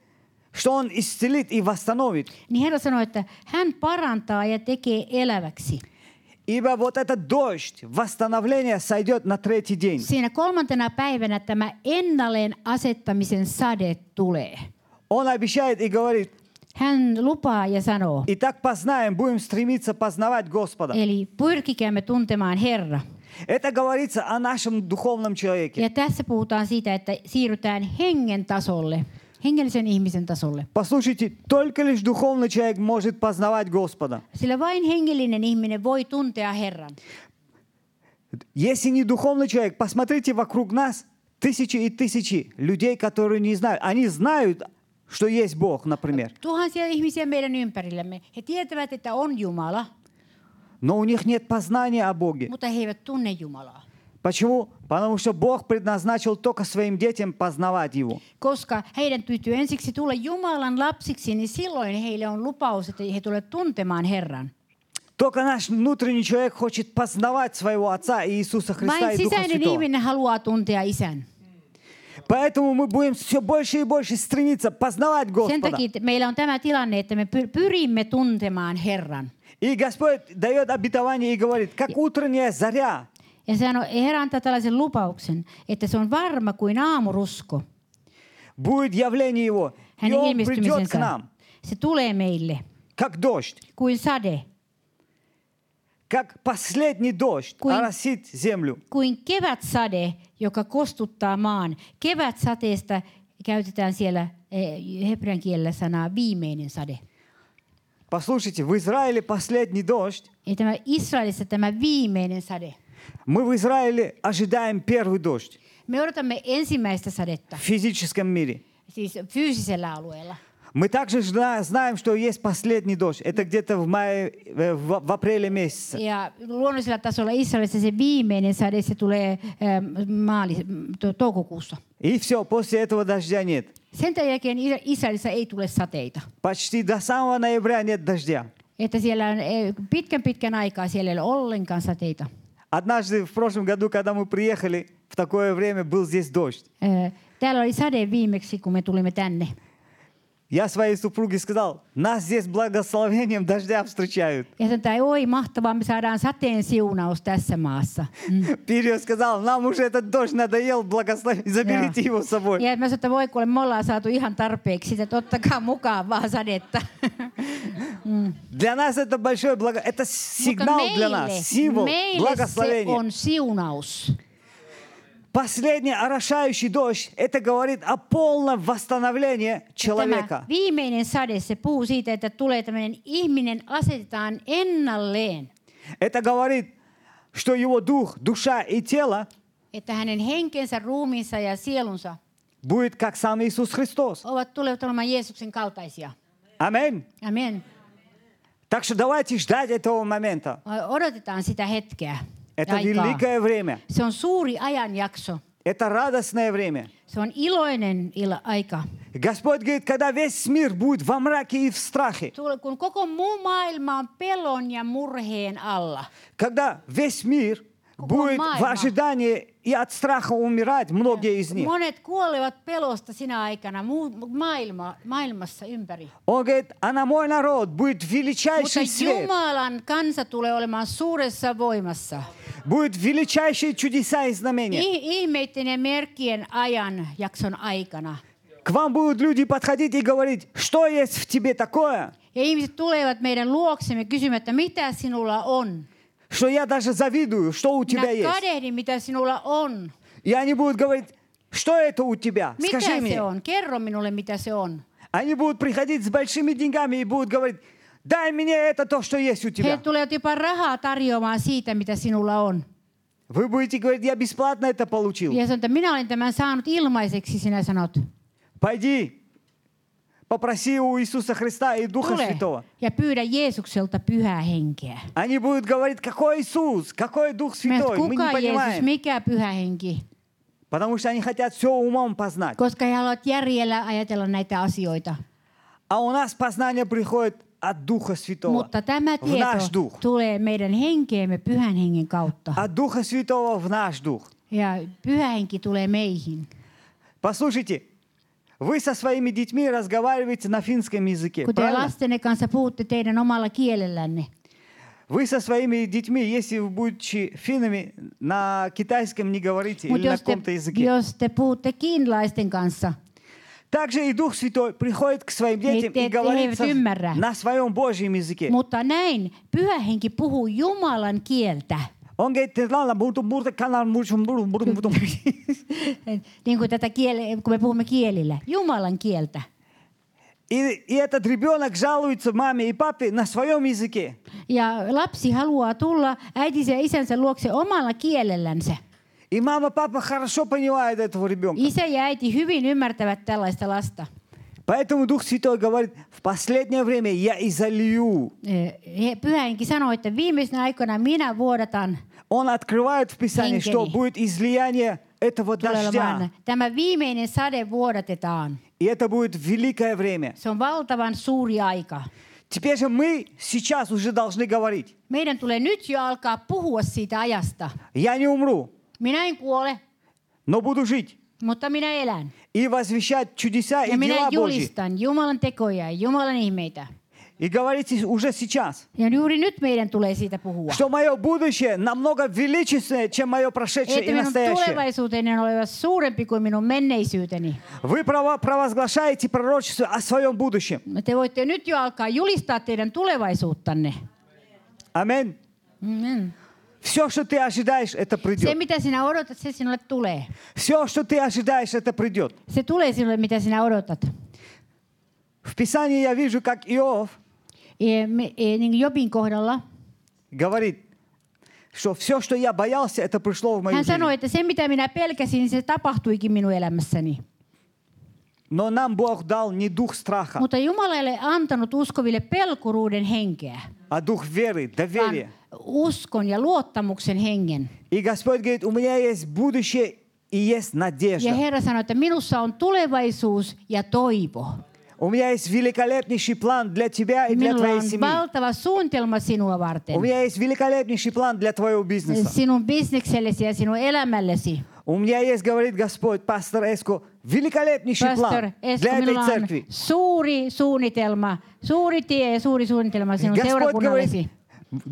A: что Он исцелит и восстановит.
B: Niin Herra sanoi, että hän parantaa ja tekee eläväksi.
A: Ибо вот этот дождь восстановления сойдет на третий день.
B: Siinä kolmantena päivänä tämä ennalleen asettamisen sade tulee.
A: Он обещает и говорит,
B: Hän lupaa ja sanoo,
A: и так познаем, будем стремиться познавать Господа.
B: Eli pyrkikäämme tuntemaan Herra.
A: Это говорится о нашем духовном человеке.
B: Ja tässä puhutaan siitä, että siirrytään hengen tasolle, hengellisen ihmisen tasolle.
A: Послушайте, только лишь духовный человек может познавать Господа.
B: Sillä vain hengellinen ihminen voi tuntea Herran.
A: Если не духовный человек, посмотрите вокруг нас тысячи и тысячи людей, которые не знают. Они знают, что есть Бог, например.
B: Tuhansia ihmisiä meidän ympärillämme. He tietävät, että on Jumala,
A: Но у них нет познания о Боге.
B: mutta he eivät tunne Jumalaa.
A: Почему? Потому что Бог предназначил только своим детям познавать Его.
B: Koska heidän täytyy ensiksi tulla Jumalan lapsiksi, niin silloin heille on lupaus, että he tulevat tuntemaan Herran.
A: Только наш внутренний человек хочет познавать своего Отца и Иисуса Христа
B: Vain
A: и Духа
B: sisäinen
A: Святого.
B: ihminen haluaa tuntea isän.
A: Поэтому мы будем все больше и больше стремиться познавать
B: Sen
A: Господа.
B: takia että meillä on tämä tilanne, että me py- pyrimme tuntemaan Herran.
A: И Господь дает обетование и говорит, как утренняя заря,
B: Ja sehän on, Herra antaa tällaisen lupauksen, että se on varma kuin aamurusko.
A: будет явление Его, и
B: Hänen
A: Он придет к
B: ilmestymisensä.
A: нам,
B: Se tulee meille
A: как дождь,
B: kuin sade,
A: как последний дождь
B: Kuin-
A: оросит землю.
B: kuin kevätsade, joka kostuttaa maan. Kevätsateesta käytetään siellä eh, hebrean kielellä sanaa viimeinen sade.
A: Послушайте, в Израиле последний дождь.
B: Ja tämä Israelissa tämä viimeinen sade.
A: Мы в Израиле ожидаем первый дождь
B: Me odotamme ensimmäistä sadetta,
A: в физическом мире.
B: siis fyysisellä alueella.
A: Мы также зна- знаем, что есть последний дождь. Это где-то в мае, э, в, в апреле месяце.
B: Ja luonnollisella tasolla Israelissa se viimeinen sade, se tulee ähm, maalis, m, to- toukokuussa.
A: И все, после этого дождя нет.
B: Sen tämän jälkeen Isra- Israelissa ei tule sateita.
A: Почти до самого ноября нет дождя.
B: Että siellä on eh, pitkän pitkän aikaa siellä ei ole ollenkaan sateita.
A: Однажды в прошлом году, когда мы приехали, в такое время был здесь дождь.
B: Ö, Eh, Täällä oli sade viimeksi, kun me tulimme tänne.
A: Я своей супруге сказал, нас здесь благословением дождя встречают.
B: Ja sanoin, että oi mahtavaa, me saadaan sateen siunaus tässä maassa.
A: Пирио сказал, нам уже этот дождь надоел, благословить, заберите его с собой.
B: Ja mä sanoin, että voi kuule, me ollaan saatu ihan tarpeeksi sitä, että ottakaa mukaan vaan sadetta.
A: Для нас это большое благо... Это сигнал для нас,
B: meille,
A: символ
B: meille se
A: благословения.
B: on siunaus.
A: Последний орошающий дождь, это говорит о полном восстановлении
B: Tämä
A: человека.
B: viimeinen sade, se puhuu siitä, että tulee tämmöinen ihminen asetetaan ennalleen.
A: Это говорит, что его дух, душа и тело
B: Että hänen henkensä, ruumiinsa ja sielunsa
A: будет как сам Иисус Христос.
B: ovat tulevat olemaan Jeesuksen kaltaisia.
A: Аминь.
B: Amen.
A: Так что давайте ждать этого момента.
B: Odotetaan sitä hetkeä.
A: Это
B: aikaa.
A: великое время.
B: Se on suuri ajanjakso.
A: Это радостное время.
B: Se on iloinen ila- aika.
A: Господь говорит, когда весь мир будет во мраке и в страхе,
B: Tule- Kun koko muu maailma on pelon ja murheen alla.
A: когда весь мир
B: Кого
A: будет в
B: мама?
A: ожидании и от страха умирать, многие
B: Э,
A: из них.
B: Monet kuolevat pelosta sinä aikana muu- maailma, maailmassa ympäri.
A: Он говорит, а на мой народ будет
B: Mutta
A: величайший свет,
B: Jumalan kansa tulee olemaan suuressa voimassa.
A: будет величайшие чудеса и знамения.
B: I- ihmeiden ja merkkien ajan jakson aikana.
A: К вам будут люди подходить и говорить, что есть в тебе такое,
B: Ja ihmiset tulevat meidän luoksemme kysymään, että mitä sinulla on.
A: что я даже завидую, что у тебя
B: Minä
A: есть.
B: kadehdin, mitä sinulla on.
A: И они будут говорить, что это у тебя,
B: Mitä
A: скажи
B: se
A: мне.
B: on? Kerro minulle, mitä se on.
A: Они будут приходить с большими деньгами и будут говорить, дай мне это то, что есть у
B: He
A: тебя.
B: tulevat jopa rahaa tarjoamaan siitä, mitä sinulla on.
A: Вы будете говорить, я бесплатно это получил.
B: Ja sanoo, että minä olen tämän saanut ilmaiseksi, sinä sanot.
A: Пойди, попроси у Иисуса Христа и Духа
B: Tule
A: Святого.
B: ja pyydä Jeesukselta pyhää henkeä.
A: Они будут говорить, какой Иисус, какой Дух
B: Mä sanon,
A: Святой,
B: että
A: мы не
B: kuka Jeesus,
A: понимаем.
B: mikä pyhä henki?
A: Потому что они хотят все умом познать.
B: Koska he haluavat järjellä ajatella näitä asioita.
A: А у нас познание приходит от Духа Святого.
B: Mutta tämä
A: В наш
B: tieto
A: Дух.
B: tulee meidän henkeemme pyhän hengen kautta.
A: От Духа Святого в наш Дух.
B: Ja pyhä henki tulee meihin.
A: Послушайте, вы со своими детьми разговариваете на финском языке,
B: Kun te
A: правильно?
B: lastenne kanssa puhutte teidän omalla kielellänne.
A: Вы со своими детьми, если вы будете финнами, на китайском не говорите
B: Mutta
A: или на
B: jos te,
A: каком-то языке.
B: jos te puhutte kiinalaisten kanssa,
A: Также и Дух Святой приходит к своим детям и
B: te- te eivät
A: говорит со-
B: ymmärrä.
A: на своем Божьем языке.
B: mutta näin pyhä henki puhuu Jumalan kieltä.
A: Он говорит, «Ты лала, бурту, бурту, канал, мурчу, буру, буру, буру».
B: niin kuin tätä kiele, kun me puhumme kielillä, Jumalan kieltä.
A: и, и этот ребенок жалуется маме и папе на своем языке.
B: Ja lapsi haluaa tulla äitinsä ja isänsä luokse omalla kielellänsä.
A: И мама, папа хорошо понимают этого ребенка.
B: Isä ja äiti hyvin ymmärtävät tällaista lasta.
A: Поэтому Дух Святой говорит, в последнее время я изолью.
B: E, He- Pyhä Henki sanoi, että viimeisenä aikoina minä vuodatan
A: Он открывает в Писании,
B: Хенкели.
A: что будет излияние этого
B: tulemaan.
A: дождя.
B: Tämä viimeinen sade vuodatetaan.
A: И это будет великое время.
B: Se on valtavan suuri aika.
A: Теперь же мы сейчас уже должны говорить,
B: Meidän tulee nyt jo alkaa puhua siitä ajasta.
A: я не умру,
B: Minä en kuole,
A: но буду жить
B: mutta minä elän.
A: и возвещать чудеса и
B: Ja minä
A: дела Божьи.
B: julistan Jumalan tekoja ja Jumalan ihmeitä.
A: И говорите уже сейчас,
B: Ja juuri nyt meidän tulee siitä puhua.
A: что мое будущее намного величественнее, чем мое прошедшее
B: Että
A: и
B: minun
A: настоящее.
B: tulevaisuuteni on oleva suurempi kuin minun menneisyyteni.
A: Вы прова- провозглашаете пророчество о своем будущем.
B: Te voitte nyt jo alkaa julistaa teidän tulevaisuuttanne.
A: Аминь.
B: Mm.
A: Все, что ты ожидаешь, это
B: Se,
A: придет.
B: mitä sinä odotat, se sinulle tulee.
A: Все, что ты ожидаешь, это придет.
B: Se tulee sinulle, mitä sinä odotat.
A: В Писании я вижу, как Иов
B: Ja me- ja Niin kuin Jobin kohdalla
A: говорит, что все, что я боялся, это пришло в мою
B: hän sanoi,
A: жизнь.
B: että se mitä minä pelkäsin, niin se tapahtuikin minun elämässäni.
A: Но нам Бог дал не дух страха,
B: Mutta Jumala ei ole antanut uskoville pelkuruuden henkeä,
A: а дух веры,
B: vaan
A: доверия.
B: uskon ja luottamuksen hengen.
A: И Господь говорит, у меня есть будущее и есть
B: Ja
A: надежда.
B: Herra sanoi, että minussa on tulevaisuus ja toivo.
A: У меня есть великолепнейший план для тебя и для
B: Minulla
A: твоей
B: on
A: семьи.
B: valtava suunnitelma sinua varten. Eh,
A: У меня есть великолепнейший план для твоего бизнеса.
B: Sinun bisneksellesi ja sinun elämällesi.
A: У меня есть, говорит Господь, пастор Эско, великолепнейший
B: Pastor
A: план
B: Esko,
A: для этой
B: minulla on
A: церкви.
B: suuri suunnitelma, suuri tie ja suuri suunnitelma sinun
A: Господь говорит,
B: seurakunnallesi.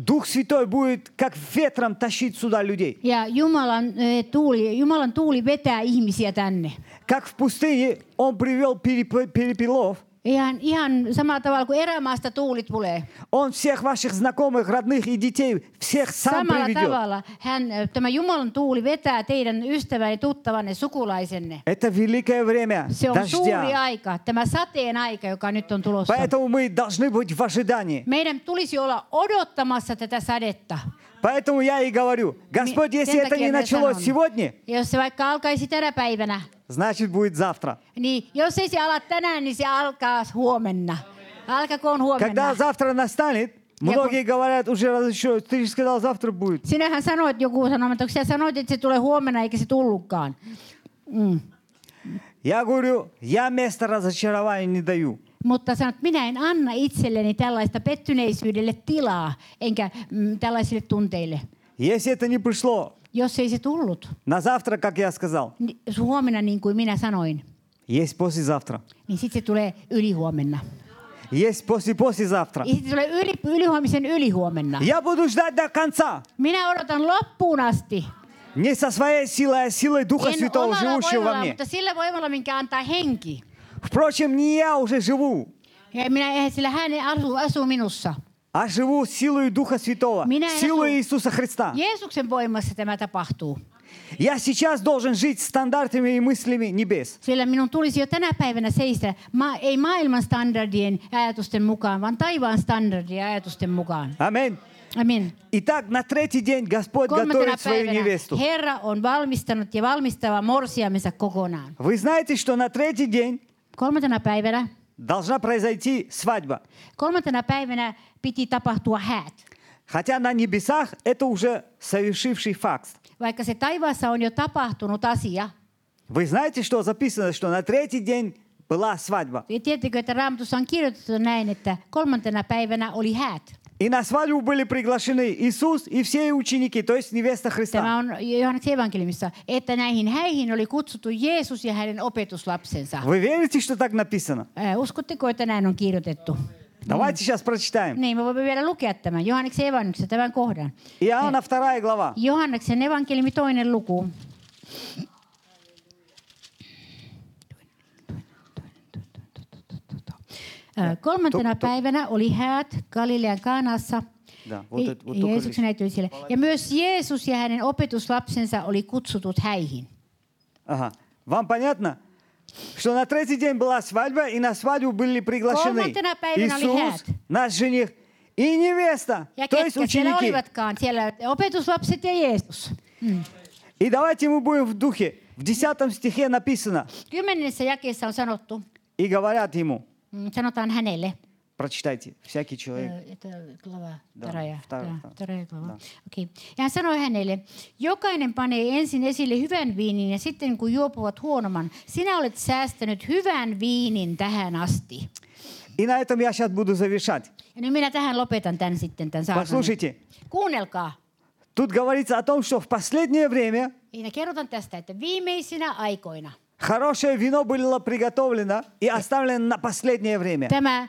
A: Дух Святой будет как ветром тащить сюда людей.
B: Ja Jumalan eh, tuuli, Jumalan tuuli vetää ihmisiä tänne.
A: Как в пустыне Он привел переп- перепелов,
B: Ihan, ihan samalla tavalla kuin erämaasta tuulit tulee.
A: Он всех ваших знакомых, родных и детей, всех сам
B: Samalla
A: приведет.
B: tavalla hän, eh, tämä Jumalan tuuli vetää teidän ystävänne, tuttavanne, sukulaisenne.
A: Это великое время
B: Se on suuri
A: дождя.
B: aika, tämä sateen aika, joka nyt on tulossa.
A: Поэтому мы должны быть в ожидании.
B: Meidän tulisi olla odottamassa tätä sadetta.
A: Поэтому я и говорю, Господь,
B: Ми-
A: если
B: тем
A: это
B: такие
A: не началось
B: обязаны.
A: сегодня,
B: Ja Jos se vaikka alkaisi tänä päivänä,
A: значит будет завтра.
B: niin jos ei se ala tänään, niin se alkaa huomenna. Alkakoon huomenna.
A: Когда завтра настанет,
B: Я
A: многие говорят уже раз еще, ты же сказал, завтра будет.
B: Sinähän sanoit, joku sanoi, että sinä sanoit, että se tulee huomenna eikä se tullutkaan. Mm.
A: Я говорю, я место разочарования не даю.
B: Mutta sanot, minä en anna itselleni tällaista pettyneisyydelle tilaa, enkä mm, tällaisille tunteille.
A: Если это не пришло
B: Jos ei se tullut,
A: на завтра, как я сказал,
B: niin huomenna niin kuin minä sanoin,
A: есть послезавтра,
B: niin sitten se tulee ylihuomenna.
A: есть после-послезавтра.
B: Ja sitten tulee yli, ylihuomisen ylihuomenna.
A: Я буду ждать до конца.
B: Minä odotan loppuun asti.
A: Не со своей силой, а силой Духа
B: En
A: Святого,
B: omalla
A: живущего во
B: voimalla,
A: мне.
B: mutta sillä voimalla, minkä antaa henki.
A: Впрочем, не я уже живу,
B: Ja minä, eihän sillä hän ei asu, asuu minussa.
A: а живу силой Духа Святого,
B: Меня я
A: силой
B: живу.
A: Иисуса Христа.
B: Jeesuksen voimassa tämä tapahtuu.
A: Я сейчас должен жить стандартами и мыслями небес.
B: Sillä minun tulisi jo tänä päivänä seistä, ma- ei maailman standardien ja ajatusten mukaan, vaan taivaan standardien ja ajatusten mukaan.
A: Аминь.
B: Amen.
A: Итак, на третий день Господь
B: Kolmantena
A: готовит свою
B: päivänä
A: невесту.
B: Herra on valmistanut ja valmistava morsiamensa kokonaan.
A: Вы знаете, что на третий день
B: Kolmantena päivänä,
A: должна произойти свадьба.
B: kolmantena päivänä piti tapahtua häät.
A: Хотя на небесах это уже совершивший факт.
B: Vaikka se taivaassa on jo tapahtunut asia,
A: Вы знаете, что записано, что на третий день была свадьба.
B: Ja Tiedättekö, että Raamatussa on kirjoitettu näin, että kolmantena päivänä oli häät.
A: И на свадьбу были приглашены Иисус и все ученики, то есть невеста Христа.
B: Tämä on Johanneksen evankeliumissa, että näihin häihin oli kutsuttu Jeesus ja hänen opetuslapsensa.
A: Вы верите, что так написано?
B: Ää, Uskotteko, että näin on kirjoitettu?
A: Давайте сейчас прочитаем.
B: Niin, me voimme vielä lukea tämän Johanneksen evankeliumissa tämän kohdan.
A: Иоанна 2 глава.
B: Johanneksen evankeliumi toinen luku. Ää, Kolmantena päivänä oli häät Galilean Kaanassa.
A: Да, вот
B: Ja
A: это- вот только
B: Jeesuksen
A: лишь.
B: äiti oli siellä. Ja myös Jeesus ja hänen opetuslapsensa oli kutsutut häihin.
A: Ага. Вам понятно? Что на третий день была свадьба, и на свадьбу были приглашены
B: Kolmantena päivänä oli
A: Иисус,
B: häät.
A: наш жених, и невеста,
B: Ja
A: то есть
B: ketkä siellä
A: ученики.
B: olivatkaan? Siellä opetuslapset ja Jeesus.
A: И давайте мы будем в духе. В 10 стихе написано,
B: Kymmenessä jakeessa on sanottu,
A: и говорят ему,
B: Mm, Sanotaan hänelle.
A: прочитайте, всякий человек.
B: Ö, että Glava,
A: Da,
B: taraja,
A: tar-
B: da,
A: tar-
B: taraja glava.
A: da.
B: Okei. Ja hän sanoi hänelle, jokainen panee ensin esille hyvän viinin ja sitten kun juopuvat huonomman, sinä olet säästänyt hyvän viinin tähän asti.
A: И на этом я сейчас буду завершать.
B: Ja nyt minä tähän lopetan tämän sitten, tämän saarnan.
A: Послушайте,
B: Kuunnelkaa.
A: тут говорится о том, что в последнее время
B: Siinä kerrotaan tästä, että viimeisinä aikoina
A: хорошее вино было приготовлено и оставлено на последнее время.
B: tämä äh,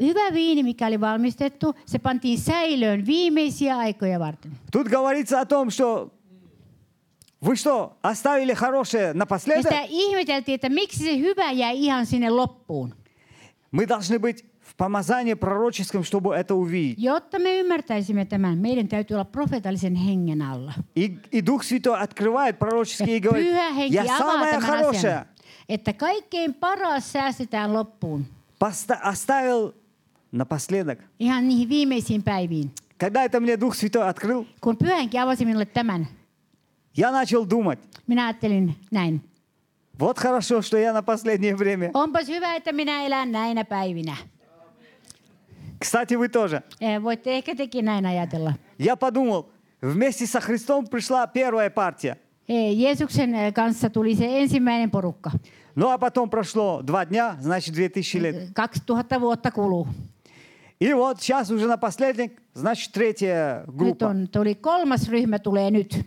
B: hyvä viini, mikä oli valmistettu, se pantiin säilöön viimeisiä aikoja varten.
A: Тут говорится о том, что вы что, оставили хорошее
B: Ja sitä
A: напоследок?
B: ihmeteltiin, että miksi se hyvä jäi ihan sinne loppuun.
A: Мы должны быть в помазании пророческом, чтобы это увидеть.
B: Jotta me ymmärtäisimme tämän, meidän täytyy olla profeetallisen hengen alla.
A: И, и Дух Святой открывает
B: Ja
A: пророческие и
B: pyhä
A: говорит,
B: henki
A: я
B: avaa
A: самое
B: tämän
A: хорошее
B: asian, että kaikkein paras säästetään loppuun,
A: поста- оставил напоследок.
B: ihan niihin viimeisiin päiviin.
A: Когда это мне Дух Святой открыл,
B: Kun pyhä henki avasi minulle tämän,
A: я начал думать,
B: minä ajattelin näin.
A: вот хорошо, что я на последнее время.
B: Onpas hyvä, että minä elän näinä päivinä.
A: Кстати, вы тоже.
B: Eh, Voitte ehkä tekin näin ajatella.
A: Я подумал, вместе со Христом пришла первая партия.
B: Eh, Jeesuksen eh, kanssa tuli se ensimmäinen porukka.
A: Ну а потом прошло два дня, значит, 2000 лет.
B: 2000 vuotta kuluu.
A: И вот сейчас уже на последних, значит, третья
B: Nyt
A: группа.
B: on, tuli kolmas ryhmä tulee nyt.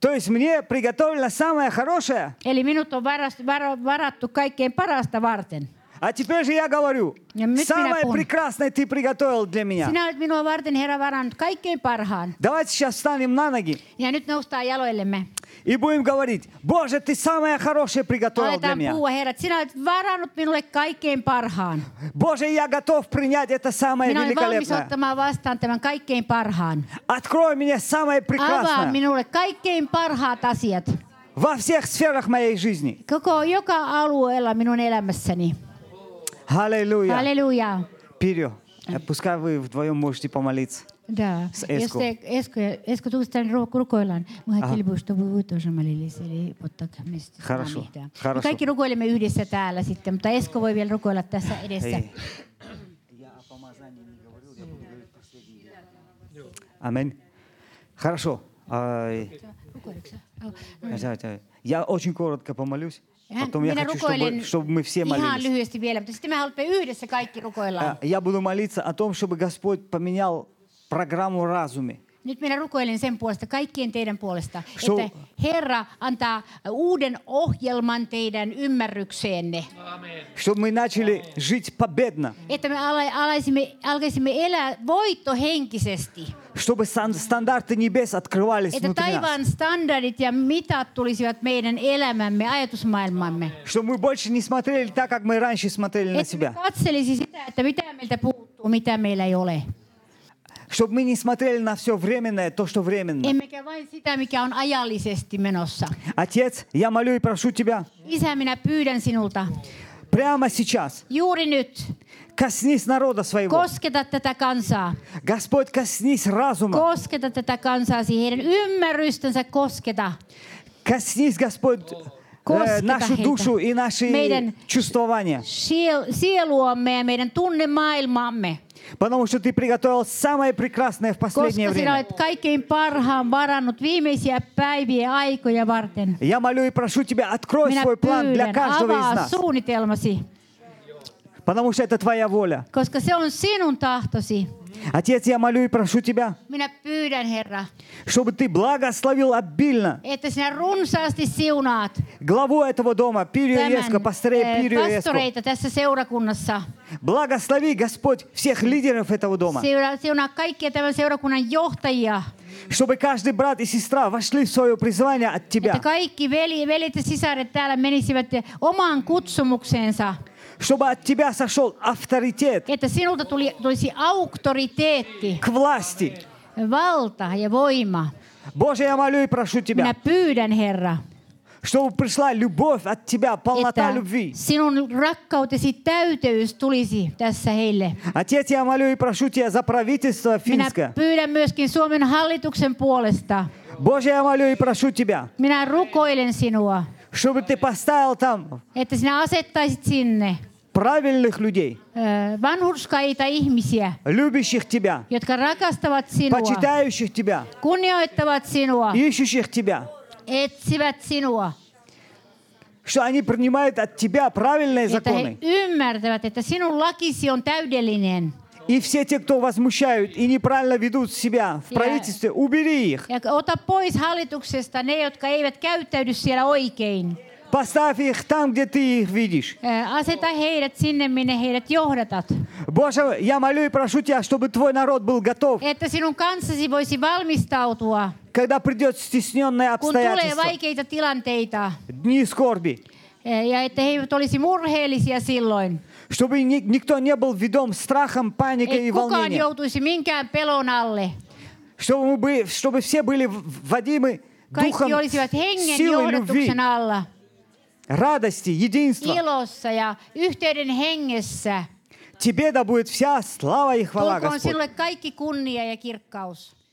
A: То есть мне приготовлено самое хорошее,
B: Eli minut on varas, varo, varattu kaikkein parasta varten.
A: а теперь же я говорю,
B: Ja nyt minä
A: самое
B: puhun.
A: прекрасное ты приготовил для меня.
B: Sinä olet minua varten, Herra, varannut kaikkein parhaan.
A: Давайте сейчас встанем на ноги
B: Ja nyt noustaan jaloillemme.
A: и будем говорить, Боже, ты самое хорошее приготовил для
B: Aletaan
A: меня.
B: puhua, Herra, että sinä olet varannut minulle kaikkein parhaan.
A: Боже, я готов принять это самое
B: Minä olen valmis
A: великолепное.
B: ottamaan vastaan tämän kaikkein parhaan.
A: Открой мне самое
B: Avaa
A: прекрасное
B: minulle kaikkein parhaat asiat.
A: во всех сферах моей жизни.
B: Koko, joka alueella minun elämässäni.
A: Аллилуйя.
B: Halleluja.
A: Вперед. Э, Пускай вы вдвоем можете помолиться.
B: Да.
A: С
B: Jos
A: Esko.
B: te, Esko, ja- Esko tulisi tänne ruo- rukoillaan. Mä ajattelin, että voi тоже молились, eli ottakaa meistä
A: Хорошо,
B: amiita. Me
A: хорошо.
B: Kaikki rukoilemme yhdessä täällä sitten, mutta Esko voi vielä rukoilla tässä edessä.
A: Эй. Аминь. Хорошо. Ай,
B: Rukoiletko sä? Au.
A: давайте, давайте. Я очень коротко помолюсь.
B: Hän-
A: Потом я
B: Minä
A: хочу, чтобы,
B: rukoilen
A: чтобы мы все
B: ihan
A: молились.
B: lyhyesti vielä, mutta sitten me haluamme yhdessä kaikki rukoillaan.
A: А, Я буду молиться о том, чтобы Господь поменял программу в разуме.
B: Nyt minä rukoilen sen puolesta, kaikkien teidän puolesta,
A: So-
B: että Herra antaa uuden ohjelman teidän ymmärrykseenne.
A: Чтобы мы начали жить победно.
B: Että me ala- alaisimme, alkaisimme elää voittohenkisesti.
A: Чтобы сан- стандарты небес открывались
B: Että
A: внутри нас.
B: taivaan standardit ja mitat tulisivat meidän elämämme, ajatusmaailmamme.
A: Чтобы мы больше не смотрели так, как мы раньше смотрели на
B: Että me
A: себя.
B: katselisi sitä, että mitä meiltä puuttuu, mitä meillä ei ole.
A: Чтобы мы не смотрели на все временное, то, что временно.
B: Emmekä vain sitä, mikä on ajallisesti menossa.
A: Отец, я молю и прошу Тебя
B: Isä, minä pyydän sinulta
A: прямо сейчас.
B: juuri nyt,
A: Коснись народа своего.
B: kosketa tätä kansaa.
A: Господь, коснись разума.
B: Kosketa tätä kansaa siihen, heidän ymmärrystänsä kosketa.
A: Коснись, Господь, э,
B: Коскета
A: нашу
B: хейта.
A: душу и наши
B: Мейден.
A: чувствования.
B: Siel, sieluamme ja meidän tunnemaailmaamme.
A: Потому что Ты приготовил самое прекрасное в последнее
B: Koska sinä
A: время.
B: olet kaikkein parhaan varannut viimeisiä päiviä aikoja varten.
A: Я молю и прошу Тебя, открой
B: Minä
A: свой план для
B: pyydän,
A: каждого из
B: avaa
A: нас.
B: suunnitelmasi,
A: Потому что это Твоя воля.
B: koska se on sinun tahtosi.
A: Отец, я молю и прошу Тебя,
B: Minä pyydän, Herra,
A: чтобы Ты благословил обильно
B: että sinä runsaasti siunaat
A: главу этого дома, Пирию
B: tämän,
A: Еско, пастыря
B: eh,
A: Пирию Еско.
B: pastoreita tässä seurakunnassa.
A: Благослови, Господь, всех лидеров этого дома.
B: Seura, siunaa kaikkia tämän seurakunnan johtajia.
A: чтобы каждый брат и сестра вошли в свое призвание от Тебя,
B: Että kaikki veli, velit ja sisaret täällä menisivät omaan kutsumukseensa.
A: чтобы от Тебя сошел авторитет
B: Että sinulta tuli, tulisi auktoriteetti,
A: к власти.
B: valta ja voima.
A: Боже, я молю и прошу
B: Minä
A: Тебя,
B: pyydän, Herra,
A: чтобы пришла любовь от Тебя, полнота
B: että
A: любви.
B: sinun rakkautesi täyteys tulisi tässä heille.
A: Отец, я молю и прошу Тебя за правительство
B: Minä
A: финское.
B: pyydän myöskin Suomen hallituksen puolesta.
A: Боже, я молю и прошу Тебя,
B: Minä rukoilen sinua,
A: чтобы ты поставил там
B: että sinä asettaisit sinne
A: правильных людей,
B: ö, vanhurskaita ihmisiä,
A: любящих тебя,
B: jotka rakastavat sinua,
A: почитающих тебя,
B: kunnioittavat sinua,
A: ищущих тебя,
B: etsivät sinua.
A: что они принимают от тебя правильные
B: Että he
A: законы.
B: ymmärtävät, että sinun lakisi on täydellinen.
A: И все те, кто возмущают и неправильно ведут себя в
B: Я-
A: правительстве, убери их.
B: Ja ota pois hallituksesta ne, jotka eivät käyttäydy siellä oikein.
A: Поставь их там, где ты их видишь.
B: Ö, Aseta heidät sinne, minne heidät johdatat.
A: Боже, я молю и прошу тебя, чтобы твой народ был готов,
B: Että sinun kanssasi voisi valmistautua,
A: когда придет стесненное
B: kun tulee
A: обстоятельство,
B: vaikeita tilanteita.
A: дни скорби,
B: Ö, Ja että he eivät olisi murheellisia silloin.
A: чтобы ни- никто не был ведом страхом, паникой
B: Ei
A: и
B: kukaan
A: волнением,
B: joutuisi minkään pelon alle.
A: чтобы, мы бы- чтобы все были в- водимы духом
B: Kaikki olisivat hengen
A: силы любви,
B: johdatuksen alla,
A: радости, единства.
B: ilossa ja yhteyden hengessä.
A: Тебе да будет вся слава и хвала,
B: Tulkoon
A: Господь.
B: sinulle kaikki kunnia ja kirkkaus.